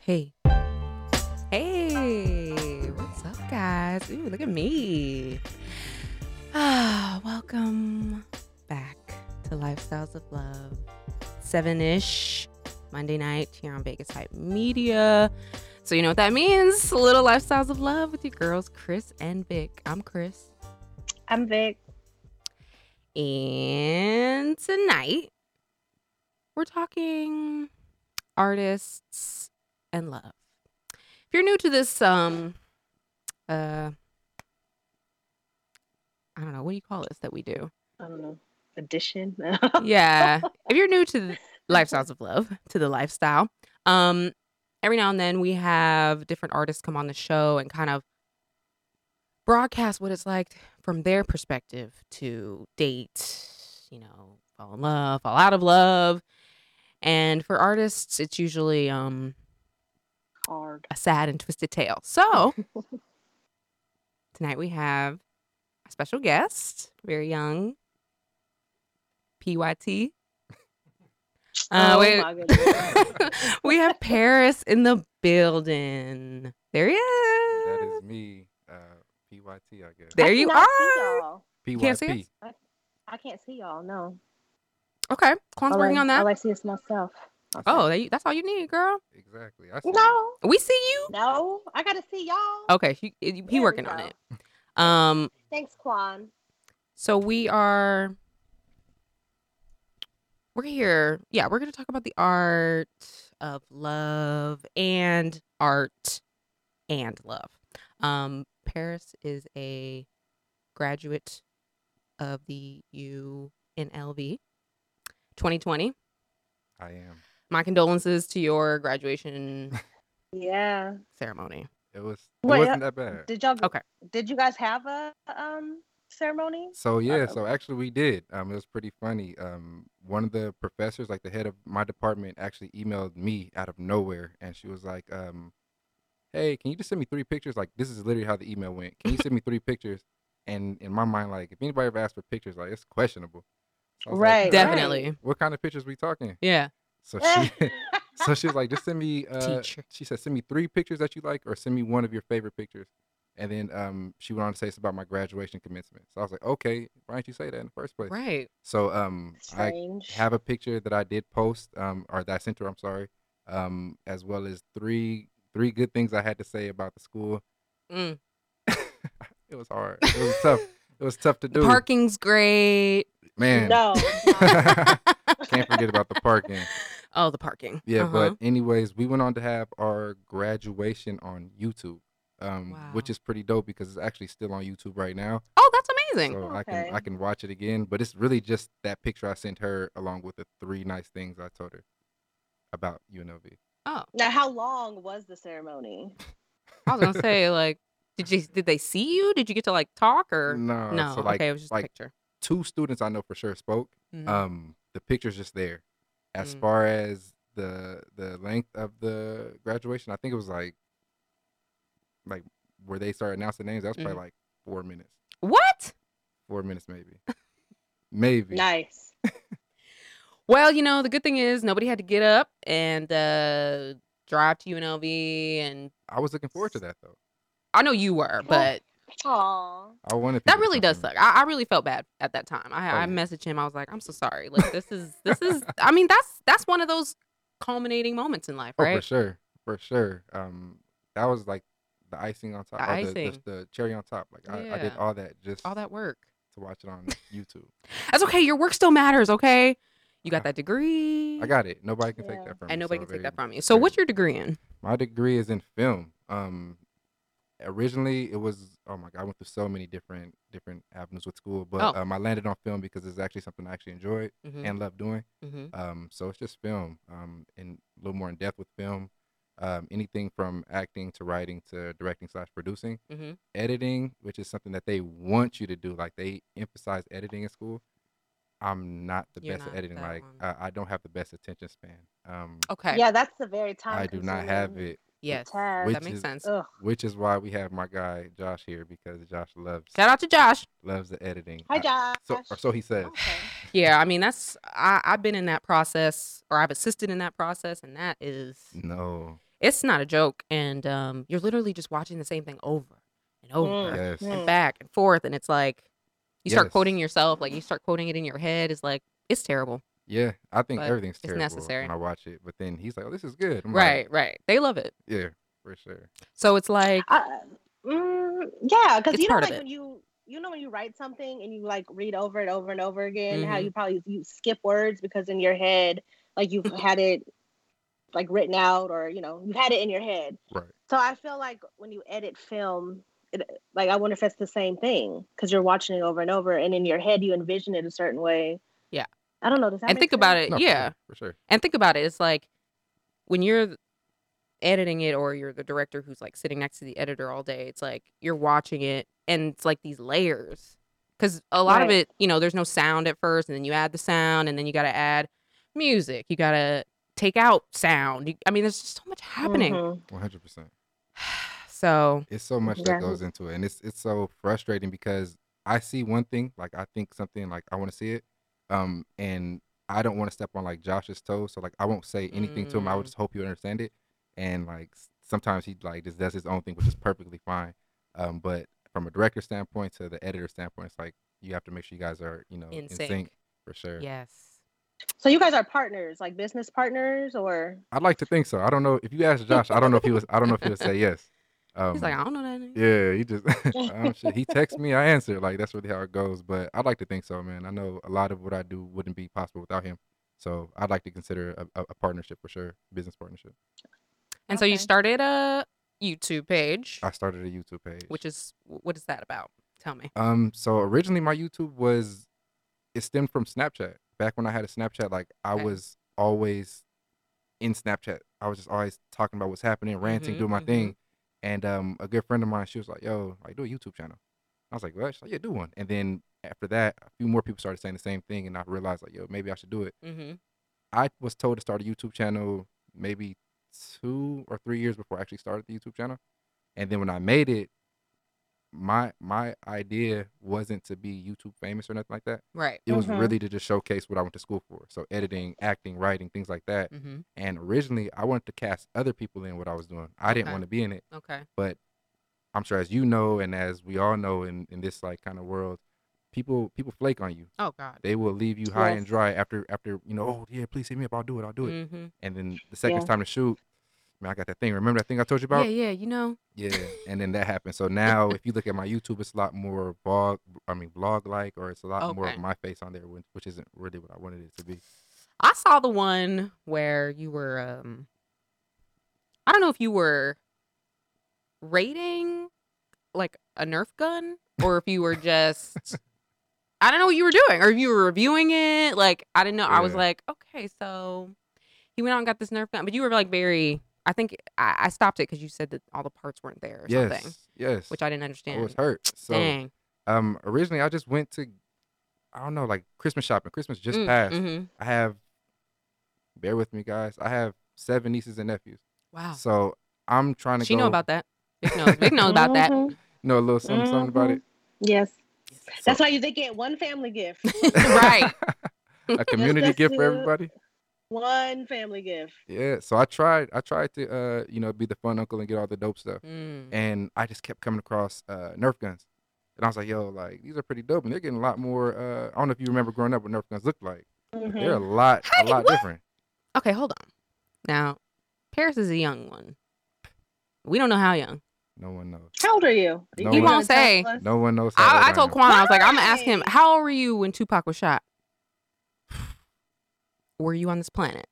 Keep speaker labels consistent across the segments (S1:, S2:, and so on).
S1: Hey. Hey. What's up, guys? Ooh, look at me. Ah, welcome back to Lifestyles of Love. Seven ish Monday night here on Vegas Hype Media. So, you know what that means? Little Lifestyles of Love with your girls, Chris and Vic. I'm Chris.
S2: I'm Vic.
S1: And tonight, we're talking artists and love. If you're new to this, um, uh, I don't know, what do you call this that we do?
S2: I don't know. Addition.
S1: yeah. If you're new to the lifestyles of love, to the lifestyle, um, every now and then we have different artists come on the show and kind of broadcast what it's like from their perspective to date, you know, fall in love, fall out of love. And for artists, it's usually um
S2: Hard.
S1: a sad and twisted tale. So tonight we have a special guest, very young, PYT. Uh,
S2: oh
S1: wait.
S2: my goodness.
S1: we have Paris in the building. There he is.
S3: That is me, uh, PYT, I guess.
S1: There
S2: I
S1: you
S2: cannot
S1: are.
S2: See y'all.
S3: PYP.
S1: can't see us?
S2: I can't see y'all. No.
S1: Okay, Quan's
S2: All
S1: working
S2: I-
S1: on that.
S2: All I see is myself. Okay.
S1: oh, that- that's all you need, girl.
S3: Exactly. I see you.
S2: No.
S1: We see you.
S2: No. I gotta see y'all.
S1: Okay, he, Oh, he
S2: There we
S1: working on
S2: go.
S1: it. Um,
S2: Thanks, Quan.
S1: So we are we're here. Yeah, we're going to talk about the art of love and art and love. Um Paris is a graduate of the UNLV 2020.
S3: I am.
S1: My condolences to your graduation
S2: Yeah.
S1: ceremony.
S3: It was. It
S2: Wait,
S3: wasn't that bad.
S2: Did y'all?
S1: Okay.
S2: Did you guys have a um ceremony?
S3: So yeah.
S2: Uh-oh.
S3: So actually, we did. Um, it was pretty funny. Um, one of the professors, like the head of my department, actually emailed me out of nowhere, and she was like, um, "Hey, can you just send me three pictures? Like, this is literally how the email went. Can you send me three pictures?" And in my mind, like, if anybody ever asked for pictures, like, it's questionable. So I was like,
S2: Right,
S3: "All
S1: Definitely.
S3: What kind of pictures we talking?
S1: Yeah.
S3: So she. so she was like, just send me. Uh,
S1: Teacher.
S3: she said, send me three pictures that you like, or send me one of your favorite pictures. And then um, she went on to say it's about my graduation commencement. So I was like, okay, why didn't you say that in the first place?
S1: Right.
S3: So um, I
S2: Strange.
S3: have a picture that I did post, um, or that I sent her. I'm sorry, um, as well as three three good things I had to say about the school.
S1: Mm.
S3: It was hard. It was tough. It was tough to do.
S1: Parking's great.
S3: Man,
S2: No. no.
S3: can't forget about the parking.
S1: Oh, the parking.
S3: Yeah,
S1: Uh-huh.
S3: but anyways, we went on to have our graduation on YouTube, um, which
S1: Wow.
S3: is pretty dope because it's actually still on YouTube right now.
S1: Oh, that's amazing.
S3: So I can
S2: Okay.
S3: I can watch it again. But it's really just that picture I sent her along with the three nice things I told her about UNLV.
S1: Oh,
S2: now, how long was the ceremony?
S1: I was gonna say like, did you did they see you? Did you get to like talk or
S3: No,
S1: no?
S3: uh, so like
S1: okay, it was just a
S3: like
S1: picture.
S3: two students I know for sure spoke.
S1: Mhm.
S3: Um, the picture's just there. As
S1: Mm.
S3: far as the the length of the graduation, I think it was like like where they started announcing names. That was
S1: Mm.
S3: probably like four minutes.
S1: what?
S3: four minutes maybe maybe
S2: Nice.
S1: Well, you know the good thing is nobody had to get up and uh drive to UNLV, and
S3: i was looking forward to that though
S1: I know you
S3: Oh.
S1: were, but
S2: Aw.
S3: i wanted
S1: that
S3: people to
S1: really
S3: come
S1: does
S3: for me.
S1: suck. I, I really felt bad at that time. I,
S3: Oh,
S1: I
S3: yeah.
S1: messaged him. I was like, I'm so sorry. Like this is this is. I mean that's that's one of those culminating moments in life,
S3: oh,
S1: right?
S3: for sure for sure um that was like the icing on top
S1: The
S3: or the- the,
S1: icing.
S3: the, cherry on top like I, I did
S1: Yeah.
S3: all that just
S1: All that work.
S3: to watch it on youtube
S1: That's okay. Your work still matters. Okay, you got
S3: I-
S1: that degree.
S3: i got it nobody can
S2: Yeah.
S3: take that from me
S1: And nobody
S3: so
S1: can take
S3: there-
S1: that from you. So, what's
S3: there-
S1: your degree in?
S3: my degree is in film Um, originally it was oh my god, I went through so many different different avenues with school, but
S1: Oh.
S3: um, I landed on film because it's actually something I actually enjoyed
S1: hmm
S3: and loved doing.
S1: hmm
S3: Um, so it's just film, um, and a little more in depth with film. Um, anything from acting to writing to directing slash producing,
S1: Mhm.
S3: editing, which is something that they want you to do. Like they emphasize editing in school. I'm not the
S1: You're
S3: best
S1: not
S3: at editing.
S1: that
S3: Like
S1: one.
S3: uh, I don't have the best attention span. Um,
S1: Okay.
S2: Yeah, that's the very
S1: Oh,
S2: time.
S3: I do not have it,
S1: Yes.
S2: Task.
S1: That
S3: Which
S1: makes
S3: is-
S1: sense.
S2: Ugh.
S3: which is why we have my guy Josh here because Josh loves
S1: Shout out to Josh.
S3: loves the editing.
S2: Hi,
S3: I-
S2: Josh. Oh.
S3: So or so he says.
S2: Okay.
S1: Yeah, I mean that's I, I've been in that process or I've assisted in that process and that is
S3: Mm. No.
S1: it's not a joke. And um you're literally just watching the same thing over and over
S3: Yes.
S1: and
S2: Mm.
S1: back and forth and it's like you start
S3: Yes.
S1: quoting yourself, like you start quoting it in your head, it's like it's terrible.
S3: Yeah. I think
S1: But
S3: everything's
S1: it's
S3: terrible
S1: necessary.
S3: when I watch it. But then he's like, Oh, this is good. I'm like,
S1: Right, right. They love it.
S3: Yeah, for sure.
S1: So it's like
S2: I- Uh, mm, yeah, because
S1: It's
S2: you know,
S1: part of
S2: like
S1: it.
S2: when you you know when you write something and you like read over it over and over again, how
S1: Mhm.
S2: you probably you skip words because in your head, like you've had it like written out or you know you had it in your head.
S3: Right.
S2: So I feel like when you edit film, it, like I wonder if it's the same thing because you're watching it over and over, and in your head you envision it a certain way.
S1: Yeah.
S2: I don't know. Does that
S1: and
S2: make
S1: think about
S2: sense?
S1: it,
S3: No, for sure,
S1: Uh, yeah.
S3: For sure.
S1: And think about it, it's like when you're editing it or you're the director who's like sitting next to the editor all day, it's like you're watching it and it's like these layers. Cuz a lot of
S2: Right.
S1: it, you know, there's no sound at first and then you add the sound and then you got to add music. You got to take out sound. You- I mean, there's just so much happening.
S2: Mhm.
S3: One hundred percent.
S1: So,
S3: It's so much
S2: Yeah.
S3: that goes into it, and it's it's so frustrating because I see one thing, like I think something, like I want to see it, um, and I don't want to step on like Josh's toes, so like I won't say anything to him. I
S1: Mm.
S3: would just hope he would understand it, and like s- sometimes he like just does his own thing, which is perfectly fine. Um, but from a director standpoint to the editor standpoint, it's like you have to make sure you guys are you know
S1: in sync.
S3: for sure.
S1: Yes.
S2: So you guys are partners, like business partners, or
S3: I'd like to think so. I don't know if you ask Josh. I don't know if he was. I don't know if he would say yes. Um,
S1: He's like, "I don't know that." name."
S3: Yeah, he just I'm sure he texts me, I answer. Like that's really how it goes. But I'd like to think so, man. I know a lot of what I do wouldn't be possible without him. So I'd like to consider a, a, a partnership for sure, business partnership.
S1: And so you
S2: Okay.
S1: started a YouTube page,
S3: I started a YouTube page,
S1: which is what is that about? Tell me.
S3: um. So originally my YouTube was it stemmed from Snapchat. Back when I had a Snapchat, like I
S1: Okay.
S3: was always in Snapchat. I was just always talking about what's happening, ranting,
S1: Mhm,
S3: doing my
S1: mhm.
S3: thing. And um, a good friend of mine, she was like, "Yo, like do a YouTube channel." I was like, "What?" She's like, "Yeah, do one." And then after that, a few more people started saying the same thing, and I realized like, "Yo, maybe I should do it."
S1: Mhm.
S3: I was told to start a YouTube channel maybe two or three years before I actually started the YouTube channel. And then when I made it, my my idea wasn't to be YouTube famous or nothing like that.
S1: Right.
S3: It was
S2: Mhm.
S3: really to just showcase what I went to school for. So editing, acting, writing, things like that.
S1: Mhm.
S3: And originally, I wanted to cast other people in what I was doing. I didn't
S1: Okay.
S3: want to be in it,
S1: Okay.
S3: but I'm sure as you know, and as we all know in, in this like kind of world, people people flake on you.
S1: Oh god.
S3: They will leave you high and
S2: Yes.
S3: dry after after you know. Oh yeah, please hit me up. I'll do it. I'll do it.
S1: Mhm.
S3: And then the second it's
S2: Yeah.
S3: time to shoot, man, I got that thing. Remember that thing I told you
S1: Yeah,
S3: about?
S1: yeah, you know.
S3: Yeah. And then that happened. So now, if you look at my YouTube, it's a lot more vlog. I mean, vlog like, or it's a lot more of
S1: Okay.
S3: my face on there, which- which isn't really what I wanted it to be.
S1: I saw the one where you were um I don't know if you were raiding like a Nerf gun or if you were just I don't know what you were doing or if you were reviewing it. Like I didn't know. I was
S3: Yeah.
S1: like, okay, so he went out and got this Nerf gun, but you were like very I think I, I stopped it because you said that all the parts weren't there or
S3: yes.
S1: something,
S3: Yes.
S1: which I didn't
S3: I
S1: understand.
S3: was hurt. So.
S1: Dang.
S3: um originally I just went to I don't know like Christmas shopping. Christmas just
S1: Mm,
S3: passed.
S1: mhm.
S3: I have bear with me guys. I have seven nieces and nephews.
S1: Wow.
S3: So I'm trying to
S1: Ah. she
S3: go
S1: know about that. Big knows. Big knows about that.
S2: Mhm.
S3: you know a little something, something about
S1: Mm-hmm.
S2: Mhm.
S3: it.
S2: Yes,
S3: So-
S2: that's why you they get one family gift,
S1: right.
S3: a community
S2: Just
S3: gift for
S2: to-
S3: everybody.
S2: one family gift.
S3: Yeah. So I tried I tried to uh you know be the fun uncle and get all the dope stuff.
S1: Mm.
S3: And I just kept coming across uh Nerf guns. And I was like, yo, like these are pretty dope and they're getting a lot more uh I don't know if you remember growing up what Nerf guns looked like. but They're a
S2: Mhm.
S3: lot
S1: Hey,
S3: a lot
S1: Mm-hmm. what?
S3: different.
S1: Okay, hold on. Now, Paris is a young one. We don't know how young.
S3: No one knows.
S2: How old are you?
S3: No
S2: you
S3: one-
S2: gonna tell
S1: say.
S2: us?
S3: No one knows how old
S1: I, I told
S3: am.
S1: Quan, I was like, I'm gonna ask him,
S2: Right.
S1: how old were you when Tupac was shot? Were you on this planet?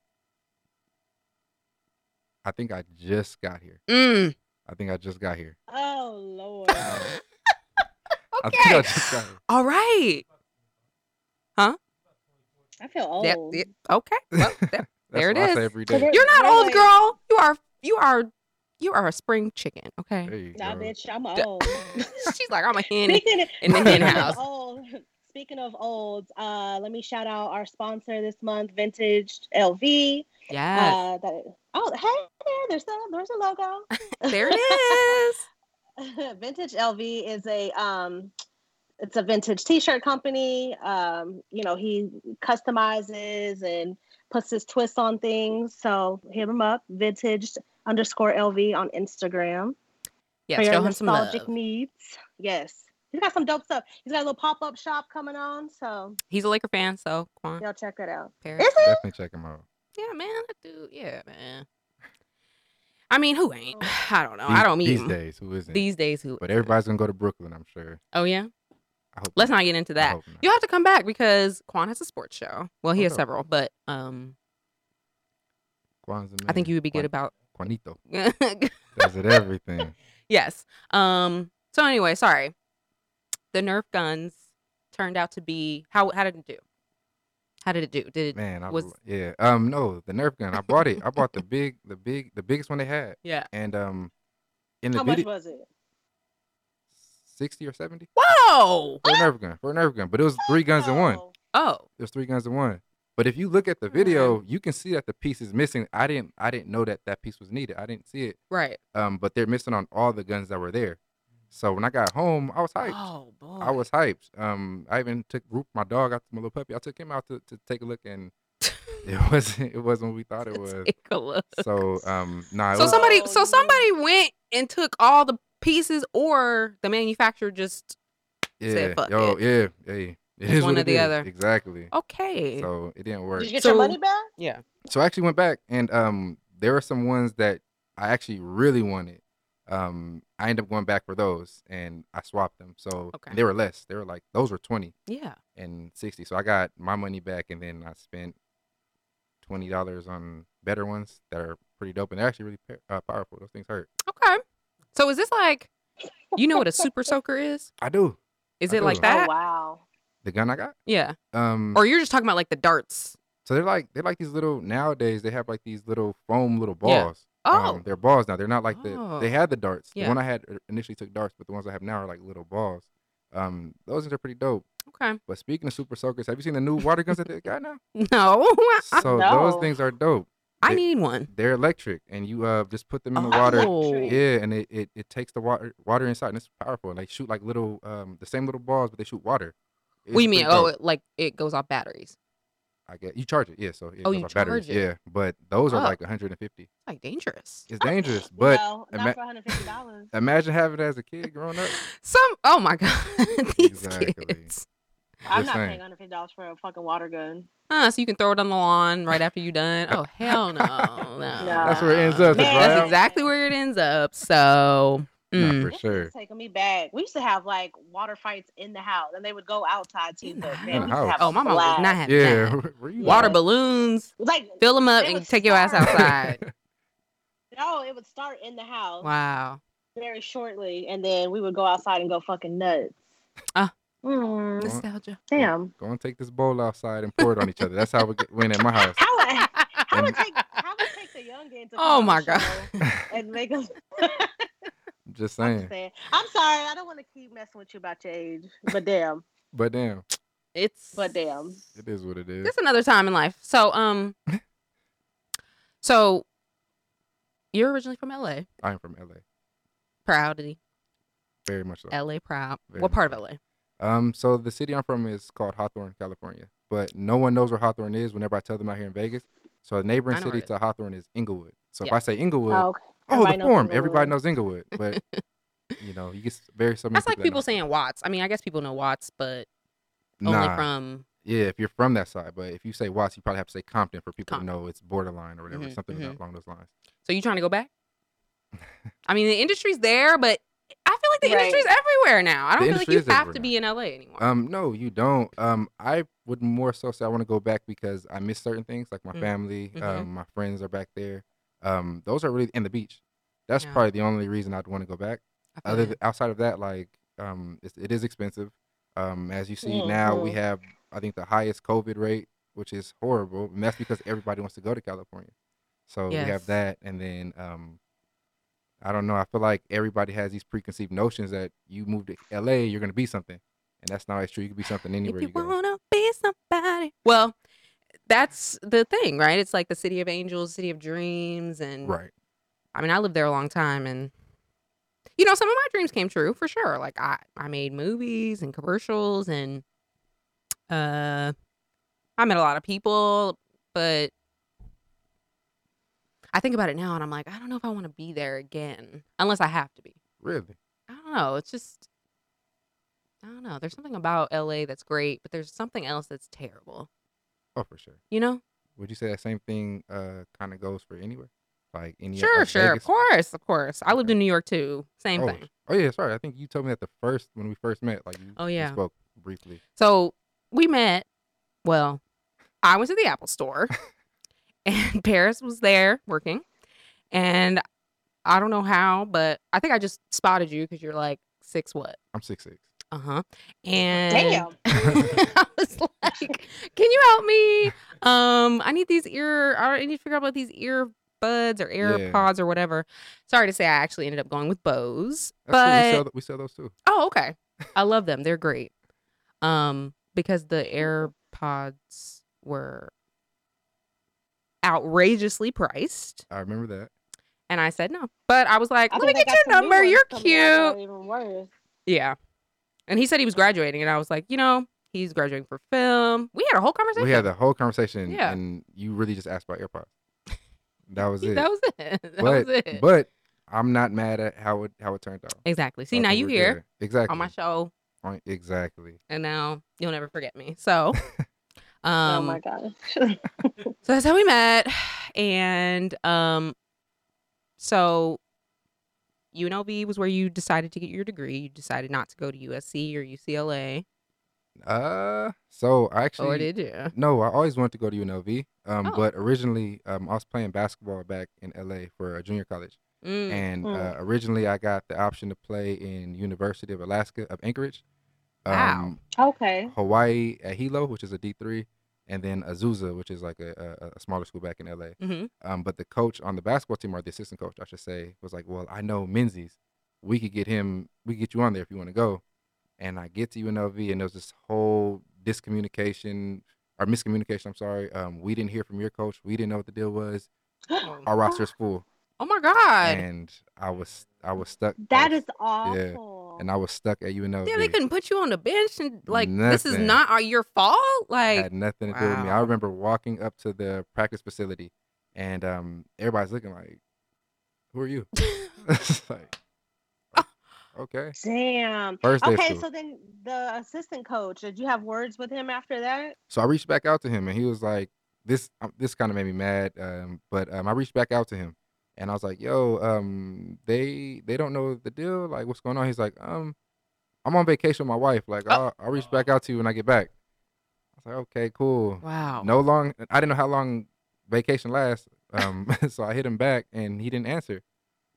S3: I think I just got here.
S1: Mm.
S3: I think I just got here.
S2: Oh Lord.
S3: I think I
S1: Okay.
S3: just got here.
S1: All right.
S2: I feel old.
S1: That- yeah, okay. Well, that-
S3: That's
S1: There it
S3: what I say
S1: is.
S3: every
S2: So
S3: day.
S1: you're not
S2: Really?
S1: old, girl. You are. You are. You are a spring chicken. Okay.
S3: There you
S2: Nah,
S3: go.
S2: bitch, I'm
S1: D-
S2: old.
S1: She's like, I'm a hen
S2: Speaking
S1: in the hen
S2: of
S1: house.
S2: old, speaking of old, uh, let me shout out our sponsor this month, Vintage LV.
S1: Yes.
S2: Uh, that, oh, hey there, there's the, there's a logo.
S1: there it is.
S2: vintage LV is a um it's a vintage t-shirt company. Um, you know, he customizes and puts his twist on things. So hit him up, vintage underscore LV on Instagram
S1: Yes.
S2: your
S1: Show him some love.
S2: nostalgic needs. Yes. He's got some dope stuff. He's got a little pop-up shop coming on, so
S1: He's a Laker fan, so come on.
S2: y'all check that out.
S1: Paris.
S2: Is it?
S3: Definitely check him out.
S1: Yeah, man. That dude. Yeah, man. I mean, who ain't? I don't know.
S3: These-
S1: I don't mean
S3: these days. Who isn't?
S1: these days. Who?
S3: but everybody's gonna go to Brooklyn. I'm sure.
S1: Oh yeah.
S3: I hope.
S1: Let's
S3: not.
S1: not get into
S3: I
S1: that.
S3: hope not.
S1: You'll have to come back because Quan has a sports show. Well, he
S3: Oh,
S1: has
S3: no.
S1: several, but um,
S3: Kwan's the
S1: I think
S3: man.
S1: you would be good
S3: Kwan-
S1: about.
S3: Juanito does it everything.
S1: yes. Um. So anyway, sorry. The Nerf guns turned out to be how? How did it do? How did it do? Did it?
S3: Man, I
S1: was-
S3: was yeah. Um, no, the Nerf gun. I bought it. I bought the big, the big, the biggest one they had.
S1: Yeah.
S3: And um, in the
S2: How much
S3: video,
S2: was it?
S3: sixty or seventy
S1: Whoa.
S3: for a Nerf gun. For a Nerf gun, but it was three guns in one.
S2: Oh,
S1: Oh.
S3: It was three guns in one. But if you look at the video, you can see that the piece is missing. I didn't, I didn't know that that piece was needed. I didn't see it.
S1: Right.
S3: Um, but they're missing on all the guns that were there. So when I got home, I was hyped.
S1: Oh boy.
S3: I was hyped. Um, I even took Roop, my dog, out my little puppy. I took him out to, to take a look, and it wasn't it wasn't what we thought it was.
S1: Take a look.
S3: So um, nah, it
S1: So
S3: was,
S1: somebody, so
S2: Oh,
S1: somebody went and took all the petices, or the manufacturer just
S3: yeah,
S1: said, "Fuck
S3: yo, yeah, hey, it is
S1: one
S3: what
S1: or the
S3: it is,
S1: other.
S3: exactly.
S1: okay.
S3: So it didn't work.
S2: Did you get
S1: So-
S2: your money back?
S1: yeah.
S3: so I actually went back, and um, there were some ones that I actually really wanted. Um, I ended up going back for those, and I swapped them. So
S1: Okay.
S3: and they were less. They were like those were twenty
S1: Yeah.
S3: and sixty. So I got my money back, and then I spent twenty dollars on better ones that are pretty dope and they're actually really pa- uh, powerful. Those things hurt.
S1: Okay. So is this like, you know what a super soaker is?
S3: I do
S1: Is
S3: I
S1: it like
S3: do.
S1: that?
S2: Oh wow.
S3: the gun I got.
S1: Yeah.
S3: Um,
S1: Or you're just talking about like the darts?
S3: So they're like they're like these little nowadays they have like these little foam little
S1: Yeah.
S3: balls.
S1: Oh.
S3: Um, they're balls now. They're not like the
S1: Oh.
S3: they had the darts.
S1: Yeah.
S3: The one I had er, initially took darts, but the ones I have now are like little balls. Um, those things are pretty dope.
S1: okay.
S3: But speaking of super soakers, have you seen the new water guns that they got now?
S1: No. I,
S3: So
S2: No.
S3: those things are dope.
S1: I need one.
S3: They're electric, and you uh just put them in the
S1: Oh.
S3: water.
S2: Electric.
S3: Yeah, and it, it, it takes the water water inside, and it's powerful. And they shoot like little um the same little balls, but they shoot water. It's
S1: What do you mean?
S3: pretty
S1: Oh,
S3: dope.
S1: it, like it goes off batteries.
S3: I guess you charge it. Yeah, so it
S1: Oh,
S3: goes
S1: you
S3: off batteries.
S1: charge it.
S3: Yeah, but those are
S1: Oh.
S3: like 150.
S1: It's like dangerous.
S3: It's dangerous, but
S2: no, not
S3: ima-
S2: for hundred fifty dollars.
S3: imagine having it as a kid growing up.
S1: Some. Oh my god. These
S3: Exactly.
S1: kids.
S2: I'm
S3: Just
S2: not
S3: saying.
S2: paying hundred fifty dollars for a fucking water gun.
S1: Uh, so you can throw it on the lawn right after you're done. Oh hell no, no.
S2: That's
S3: where it ends up,
S2: Man.
S1: That's
S2: right?
S1: exactly where it ends up. So mm,
S3: Nah, for
S2: This is
S3: sure.
S2: taking me back. We used to have like water fights in the house, and they would go outside too.
S1: In the
S2: But man, we
S1: house.
S2: used to have
S1: oh my mom was
S2: blast.
S1: not having
S3: Yeah.
S1: that.
S3: where you
S1: Water
S3: at?
S1: balloons,
S2: like
S1: fill them up
S2: They
S1: and
S2: would
S1: take your ass
S2: starve.
S1: outside.
S2: no, it would start in the house
S1: wow.
S2: very shortly, and then we would go outside and go fucking nuts.
S1: Ah.
S2: Mm,
S3: Well-
S1: Nostalgia.
S2: damn.
S3: Go and take this bowl outside and pour it on each other. That's how we get, went at my house.
S2: How would how would take how would take the young into
S1: Oh my god.
S2: and make them.
S3: Just
S2: I'm,
S3: saying.
S2: just saying. I'm sorry, I don't want to keep messing with you about your age, but damn,
S3: But damn,
S1: It's
S2: but damn.
S3: it is what it is.
S1: That's another time in life. So um so you're originally from LA.
S3: I'm from LA.
S1: Proudly.
S3: Very much so.
S1: LA proud.
S3: Very
S1: what
S3: much
S1: part of
S3: so.
S1: LA?
S3: Um, so the city I'm from is called Hawthorne, California. But no one knows where Hawthorne is whenever I tell them out here in Vegas. So a neighboring
S1: I know where
S3: city
S1: it is.
S3: to Hawthorne is Inglewood. So if
S1: Yeah.
S3: I say Inglewood,
S2: Oh, okay.
S3: oh,
S2: Everybody
S3: the
S2: knows
S3: form. Everybody
S2: Inglewood.
S3: knows Inglewood. But you know, you get s- very so many.
S1: That's like
S3: that know.
S1: people saying Watts. I mean, I guess people know Watts, but only
S3: Nah.
S1: from
S3: Yeah, if you're from that side, but if you say Watts, you probably have to say Compton for people to know it's borderline or whatever,
S1: Mhm,
S3: something
S1: mhm.
S3: along those lines.
S1: So you trying to go back? I mean, the industry's there, but I feel like the
S2: Right.
S1: industry's everywhere now. I
S3: The
S1: don't feel like
S3: industry
S1: you
S3: is
S1: have to
S3: everywhere
S1: be in LA anymore.
S3: Um, no, you don't. Um, I would more so say I want to go back because I miss certain things, like my
S1: Mm.
S3: family,
S1: Mhm.
S3: um, my friends are back there. Um, those are really and the beach. That's
S1: Yeah.
S3: probably the only reason I'd want to go back.
S1: I feel
S3: Other
S1: that.
S3: th- outside of that, like um, it's, it is expensive. Um, as you see
S1: Mm,
S3: now, we
S2: Mhm.
S3: have I think the highest COVID rate, which is horrible, and that's because everybody wants to go to California. So we
S1: Yes.
S3: have that, and then um, I don't know. I feel like everybody has these preconceived notions that you move to LA, you're gonna be something, and that's not always true. You could be something anywhere
S1: if
S3: you,
S1: you
S3: go.
S1: wanna be somebody. Well, that's the thing, right? It's like the city of angels, city of dreams, and
S3: Right.
S1: I mean, I lived there a long time, and you know, some of my dreams came true for sure. Like I, I made movies and commercials, and uh, I met a lot of people. But I think about it now, and I'm like, I don't know if I want to be there again, unless I have to be.
S3: Really.
S1: I don't know. It's just, I don't know. There's something about LA that's great, but there's something else that's terrible.
S3: Oh, for sure.
S1: You know?
S3: Would you say that same thing uh, kind of goes for anywhere? Like any
S1: sure,
S3: like
S1: sure,
S3: Vegas?
S1: of course, of course. I lived
S3: Okay.
S1: in New York too. Same
S3: oh,
S1: thing.
S3: Oh yeah, sorry. I think you told me that the first when we first met, like you,
S1: Oh,
S3: you
S1: yeah.
S3: spoke briefly.
S1: So we met. Well, I went to the Apple store and Paris was there working. And I don't know how, but I think I just spotted you because you're like six what?
S3: I'm six six.
S1: Uh huh. And
S2: Damn.
S1: I was like, can you help me? Um, I need these ear, I need to figure out about these earbuds or
S3: Yeah.
S1: AirPods or whatever. Sorry to say, I actually ended up going with Bose.
S3: That's cool. We
S1: but
S3: sell, th- we sell those too.
S1: Oh, okay. I love them. They're great. Um, because the
S2: Mm-hmm.
S1: AirPods were outrageously priced,
S3: I remember that.
S1: and I said no. But I was like,
S2: I
S1: "Let me
S2: think they
S1: get
S2: got
S1: your
S2: some new
S1: number.
S2: ones
S1: You're
S2: coming out that
S1: cute."
S2: are Even worse.
S1: Yeah. And he said he was graduating, and I was like, "You know, he's graduating for film." We had a whole conversation.
S3: We had the whole conversation,
S1: Yeah.
S3: and you really just asked about AirPods. That was it.
S1: that was it. That
S3: but
S1: was it.
S3: but I'm not mad at how it how it turned out.
S1: exactly. See,
S3: I
S1: now
S3: think
S1: you
S3: we're
S1: here
S3: good. exactly
S1: on my show,
S3: On- exactly.
S1: and now you'll never forget me. So, um,
S2: oh my gosh.
S1: So that's how we met. And um so UNLV was where you decided to get your degree. You decided not to go to USC or UCLA.
S3: Uh, so I actually
S1: Or did you?
S3: No, I always wanted to go to UNLV. Um,
S1: Oh.
S3: but originally, um, I was playing basketball back in LA for a junior college,
S1: Mm.
S3: and
S2: Mm.
S3: uh, originally I got the option to play in University of Alaska of Anchorage,
S1: Wow.
S3: um,
S2: okay.
S3: Hawaii at Hilo, which is a D three, and then Azusa, which is like a, a, a smaller school back in LA.
S1: hmm
S3: Um, but the coach on the basketball team, or the assistant coach, I should say, was like, "Well, I know Menzies. We could get him. We could get you on there if you want to go." And I get to UNLV, and there was this whole discommunication or miscommunication. I'm sorry. Um, we didn't hear from your coach. We didn't know what the deal was. Our roster's full,
S1: Oh my God.
S3: and I was I was stuck. I
S2: That
S3: was-
S2: is awful.
S3: and I was stuck at UNLV.
S1: Oh. yeah, they couldn't put you on the bench and like this is
S3: Nothing.
S1: not our, your fault.
S3: It
S1: Like
S3: had nothing to do with me. I
S1: wow.
S3: remember walking up to the practice facility, and um, everybody's looking like, "Who are you?" It's like, okay.
S2: Damn.
S3: First day of
S2: Okay,
S3: school.
S2: so then the assistant coach, did you have words with him after that?
S3: So I reached back out to him, and he was like, "This um, this kind of made me mad." Um, but um, I reached back out to him, and I was like, "Yo, um, they they don't know the deal. Like, what's going on?" He's like, "Um, I'm on vacation with my wife. Like,
S1: Oh.
S3: I'll, I'll reach back out to you when I get back." I was like, "Okay, cool."
S1: wow.
S3: No long. I didn't know how long vacation lasts. Um, so I hit him back, and he didn't answer.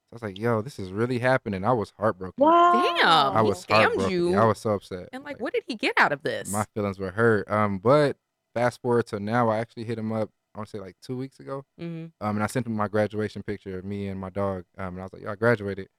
S3: So I was like, "Yo, this is really happening." I was heartbroken.
S1: Damn.
S3: I
S1: He
S3: was
S1: scammed
S3: heartbroken.
S1: you.
S3: Yeah, I was so upset.
S1: And like, what did he get out of this?
S3: my feelings were hurt. Um, but fast forward to now, I actually hit him up. I want to say like two weeks ago.
S1: hmm
S3: Um, and I sent him my graduation picture of me and my dog. Um, and I was like, "Yo, I graduated,"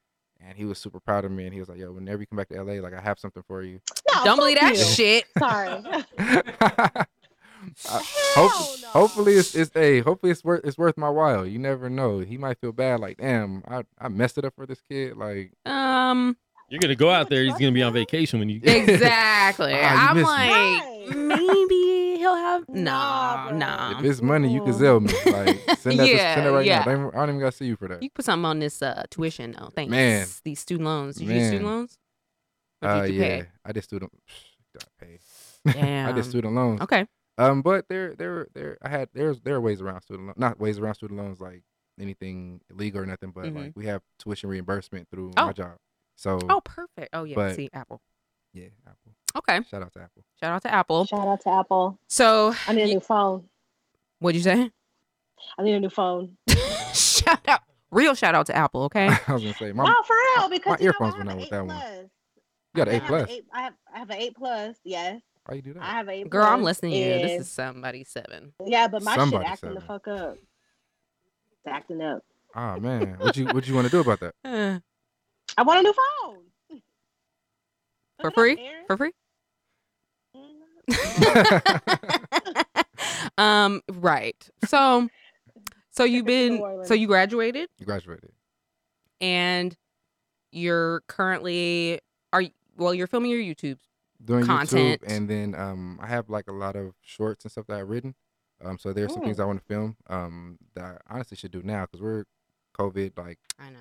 S3: and he was super proud of me. And he was like, "Yo, whenever you come back to LA, like I have something for you."
S2: No,
S1: Don't believe
S2: Oh, fuck
S1: that
S2: you.
S1: shit.
S2: Sorry.
S3: I- hope-
S2: no.
S3: Hopefully, it's it's hey, hopefully it's worth it's worth my while. You never know. He might feel bad, like damn, I I messed it up for this kid. Like
S1: Um,
S4: You're gonna go out
S2: would
S4: there. He's
S2: trust
S4: gonna be on
S2: them?
S4: vacation when you.
S1: exactly.
S3: Ah, you
S1: I'm
S3: missed
S1: like,
S2: me.
S1: maybe he'll have
S2: Nah,
S1: no,
S2: bro.
S1: no.
S3: if it's money, you can
S2: Mm.
S3: sell me. Like send that to, send
S1: Yeah,
S3: it right
S1: yeah.
S3: now. I don't, even- I don't even gotta see you for that.
S1: You can put something on this uh, tuition though. Thanks.
S3: Man.
S1: These student loans. Did you do student
S3: Man.
S1: loans? Or did
S3: Uh,
S1: you
S3: yeah,
S1: pay?
S3: I did student. Got paid.
S1: Damn.
S3: I did student loans.
S1: Okay.
S3: Um, but there, there, there, I had there's there are ways around student loans, not ways around student loans like anything illegal or nothing, but
S1: Mhm.
S3: like we have tuition reimbursement through
S1: Oh.
S3: my job. So
S1: Oh, perfect. Oh yeah.
S3: But-
S1: See Apple.
S3: yeah, Apple.
S1: Okay.
S3: Shout out to Apple.
S1: Shout out to Apple.
S2: Shout out to Apple.
S1: So
S2: I need a new phone.
S1: what'd you say?
S2: I need a new phone.
S1: Shout out. Real shout out to Apple, okay?
S3: I was gonna say, my,
S2: no, Oh, for real,
S3: my
S2: because you know, I
S3: earphones
S2: have
S3: went out
S2: an
S3: with
S2: eight
S3: that one.
S2: plus.
S3: you got an
S2: I
S3: A
S2: have
S3: plus.
S2: eight- I have I have an eight plus. Yes,
S3: How you do
S2: I
S3: that?
S2: have an eight.
S1: Girl, I'm
S2: plus,
S1: listening to you.
S2: and-
S1: This is somebody seven.
S2: yeah, but my shit
S3: Somebody
S2: acting the
S3: seven.
S2: fuck up. It's acting up.
S3: Ah man, what you what you want to do about that?
S1: Uh,
S2: I want a new phone.
S1: For
S2: Look it up,
S1: free?
S2: Aaron.
S1: For free?
S2: Mm,
S1: um, right. So so you've
S2: New
S1: been
S2: Orleans.
S1: so you graduated
S3: You graduated.
S1: and you're currently are you, well, you're filming your YouTube.
S3: doing
S1: Content.
S3: YouTube, and then um, I have like a lot of shorts and stuff that I've written. Um, so there's some
S1: Oh.
S2: Mm.
S3: things I want to film um, that I honestly should do now because we're COVID. Like
S1: I know.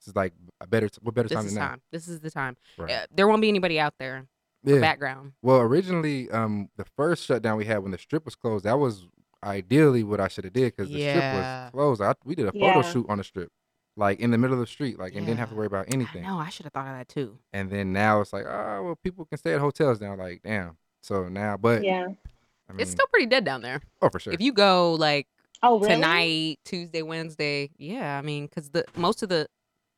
S3: this is like a better t- what better
S1: This
S3: time
S1: is
S3: than now?
S1: time. This is the time.
S3: Right.
S1: Uh, there won't be anybody out there.
S3: Yeah.
S1: Background.
S3: Well, originally, um, the first shutdown we had when the strip was closed, that was ideally what I should have did because the
S1: Yeah.
S3: strip was closed. I, we did a photo
S2: Yeah.
S3: shoot on the strip, like in the middle of the street, like and didn't have to
S1: Yeah.
S3: worry about anything.
S1: I know. I should have thought of that too.
S3: And then now it's like, oh well, people can stay at hotels now. Like damn. So now, but
S2: yeah.
S3: I mean,
S1: it's still pretty dead down there.
S3: oh for Mm. sure.
S1: If you go like
S2: Oh, really?
S1: tonight, Tuesday, Wednesday, yeah, I mean, because the most of the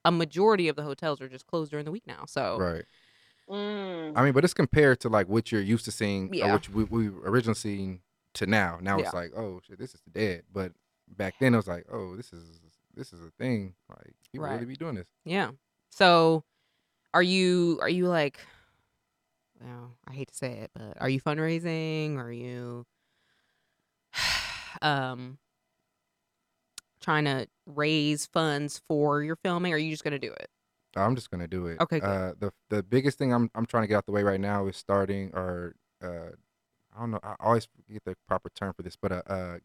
S1: a majority of the hotels are just closed during the week now. So
S3: right.
S2: Mm.
S3: I mean, but it's compared to like what you're used to seeing,
S1: Yeah.
S3: or what we, we originally seen to now. Now
S1: Yeah.
S3: it's like, oh shit, this is dead. But back then it was like, oh, this is this is a thing. Like people really
S1: Right.
S3: be doing this.
S1: yeah. So are you are you like? Well, I hate to say it, but are you fundraising? Are you um trying to raise funds for your filming? Or are you just gonna do it?
S3: I'm just gonna do it.
S1: Okay, good.
S3: Uh, the the biggest thing I'm I'm trying to get out the way right now is starting or uh, I don't know. I always forget the proper term for this, but uh, uh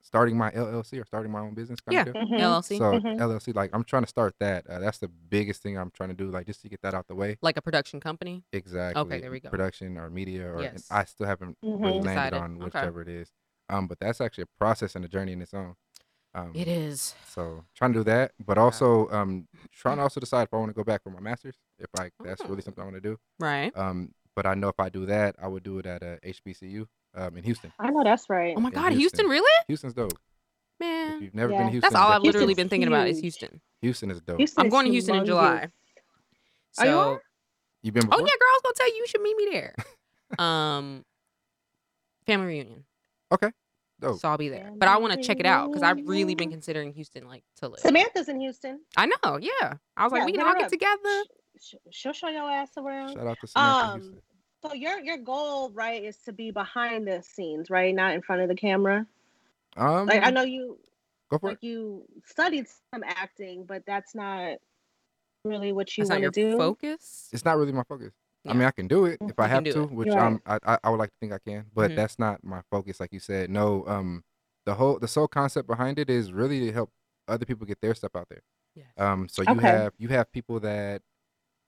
S3: starting my LLC or starting my own business. Kind
S1: Yeah.
S3: Of deal.
S2: Mhm.
S1: LLC,
S3: So
S2: Mhm.
S3: LLC, like I'm trying to start that. Uh, that's the biggest thing I'm trying to do. Like just to get that out the way.
S1: like a production company?
S3: Exactly.
S1: there we go.
S3: Production or media, or and
S1: Yes. Mm-hmm.
S3: I still haven't
S2: Mhm.
S3: really landed
S1: Decided.
S3: on
S1: Okay.
S3: whichever it is. Um, but that's actually a process and a journey in its own. Um,
S1: It is.
S3: So trying to do that, but also um, trying to also decide if I want to go back for my master's, if I that's really
S1: Oh.
S3: something I want to do.
S1: Right.
S2: Uh,
S3: Um, but I know if I do that, I would do it at uh, a HBCU um, in Houston.
S2: I know that's right.
S1: Oh my
S3: in
S1: God, Houston,
S3: Houston.
S1: really?
S3: Houston's dope. If
S1: Man.
S3: you've never been to
S2: Yeah.
S3: Houston,
S1: Mm, That's all I've
S3: definitely
S1: literally
S3: go.
S1: been thinking about is
S2: huge.
S1: Houston.
S3: Houston is dope.
S2: Houston
S1: I'm
S2: is
S1: going to Houston in
S2: humongous.
S1: July. So
S2: Are you
S3: You've been
S1: Oh
S3: before?
S1: yeah, girl, I was gonna tell you you should meet me there. um family reunion.
S3: Okay. Dope.
S1: So I'll be there. But I wanna check it out because I've
S2: Family
S1: really been
S2: reunion.
S1: considering Houston like to live.
S2: Samantha's in Houston.
S1: I know, yeah. I was like,
S2: Yeah,
S1: we
S2: hit
S1: can
S2: her
S1: all get
S2: up.
S1: together.
S2: Sh- She'll show your ass around.
S3: Shout out to Samantha in
S2: Um,
S3: Houston.
S2: so your your goal, right, is to be behind the scenes, right, not in front of the camera.
S3: Um,
S1: Mm-hmm.
S2: Like I know you,
S3: go for it.
S2: like you studied some acting, but that's not really what you
S1: That's not
S2: want to
S1: your
S2: do.
S1: focus.
S3: it's not really my focus. I
S1: Yeah. Mm-hmm.
S3: mean, I can do it if I
S1: You can
S3: have
S1: do
S3: to,
S1: it.
S3: which
S2: Right.
S3: I'm, I, I I would like to think I can, but
S1: Mhm.
S3: that's not my focus. Like you said, no. Um, the whole the sole concept behind it is really to help other people get their stuff out there.
S1: Yes.
S3: Um, so you
S2: Okay.
S3: have you have people that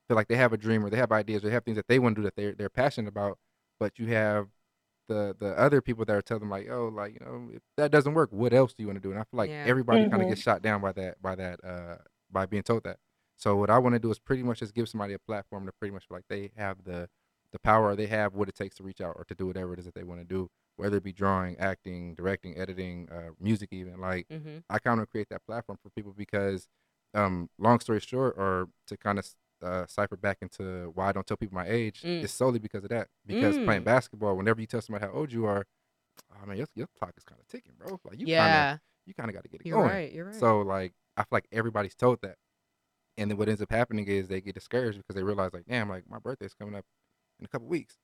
S3: feel like they have a dream or they have ideas or they have things that they want to do that they're they're passionate about, but you have the the other people that are telling them like, oh, like you know, if that doesn't work, what else do you want to do? And I feel like
S1: Yeah.
S3: everybody kind of
S2: Mhm.
S3: gets shot down by that by that uh by being told that. So what I want to do is pretty much just give somebody a platform to pretty much feel like they have the the power, or they have what it takes to reach out or to do whatever it is that they want to do, whether it be drawing, acting, directing, editing, uh, music, even like.
S1: mm-hmm.
S3: I kind of create that platform for people because, um, long story short, or to kind of uh, cipher back into why I don't tell people my age,
S1: Mm.
S3: it's solely because of that. Because playing
S1: Mm.
S3: basketball, whenever you tell somebody how old you are, I mean, your, your clock is kind of ticking, bro. Like you kind of
S1: Yeah.
S3: you kind of got to get it
S1: You're
S3: going.
S1: right, you're right.
S3: So like I feel like everybody's told that, and then what ends up happening is they get discouraged because they realize like, damn, like my birthday's coming up in a couple weeks.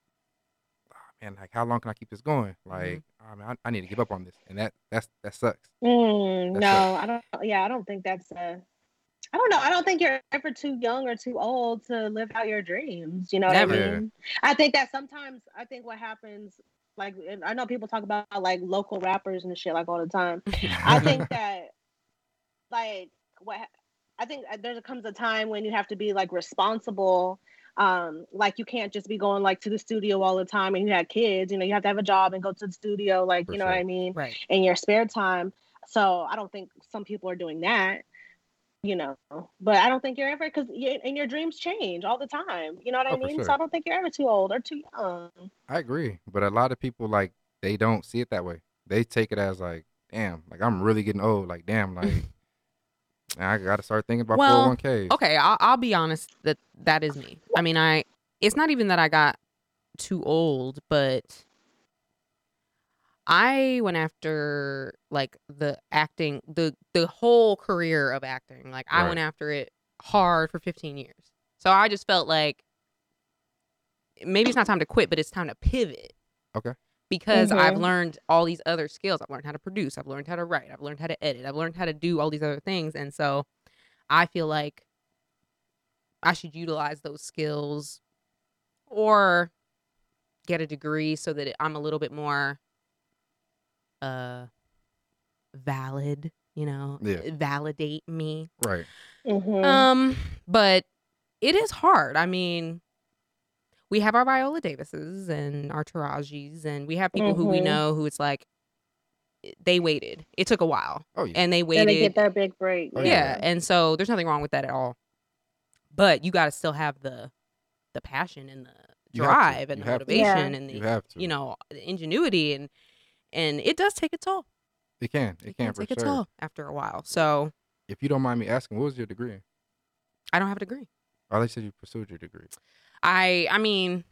S3: Ah, Man, like how long can I keep this going?
S1: Mm-hmm.
S3: Like, I, mean, I, I need to give up on this, and that that's that sucks.
S2: Mm,
S3: That's
S2: no, I don't. Yeah, I don't think that's a. I don't know. I don't think you're ever too young or too old to live out your dreams. You know what
S1: Never.
S2: I mean? I think that sometimes I think what happens, like and I know people talk about like local rappers and shit like all the time. I think that like what I think there comes a time when you have to be like responsible. Um, like you can't just be going like to the studio all the time and you have kids, you know, you have to have a job and go to the studio, like
S3: For
S2: you know what
S3: sure.
S2: I mean?
S1: Right.
S2: in your spare time. So I don't think some people are doing that, you know. But I don't think you're ever because and your dreams change all the time. You know what
S3: Oh,
S2: I
S3: for
S2: mean? So
S3: sure.
S2: I don't think you're ever too old or too young.
S3: I agree, but a lot of people like they don't see it that way. They take it as like, damn, like I'm really getting old. Like, damn, like Now I gotta start thinking about
S1: Well,
S3: 401k.
S1: okay I'll, I'll be honest that that is me i mean i it's not even that i got too old but i went after like the acting the the whole career of acting like i
S3: Right.
S1: went after it hard for 15 years so i just felt like maybe it's not time to quit but it's time to pivot
S3: Okay.
S1: because I've
S2: Mhm.
S1: learned all these other skills. I've learned how to produce. I've learned how to write. I've learned how to edit. I've learned how to do all these other things. And so I feel like I should utilize those skills or get a degree so that it- I'm a little bit more uh valid, you know,
S3: Yeah.
S1: validate me.
S3: Right.
S2: Mhm.
S1: Um but it is hard. I mean, we have our Viola Davises and our Tarajis and we have people who we
S2: Mhm.
S1: know who it's like i- they waited. It took a while
S3: Oh yeah.
S1: and they waited
S2: and they get their big break.
S3: Oh,
S1: yeah. and so there's nothing wrong with that at all but you got to still have the the passion and the
S3: You have to.
S1: drive and
S3: You
S1: the
S3: have to.
S1: motivation
S2: Yeah.
S1: and the
S3: you
S1: you,
S3: have to.
S1: know the ingenuity and and it does take a toll
S3: it can. It,
S1: can
S3: can for
S1: take a
S3: sure.
S1: toll after a while so
S3: If you don't mind me asking, what was your degree? in?
S1: i don't have a degree
S3: Oh, they said you pursued your degree.
S1: i i mean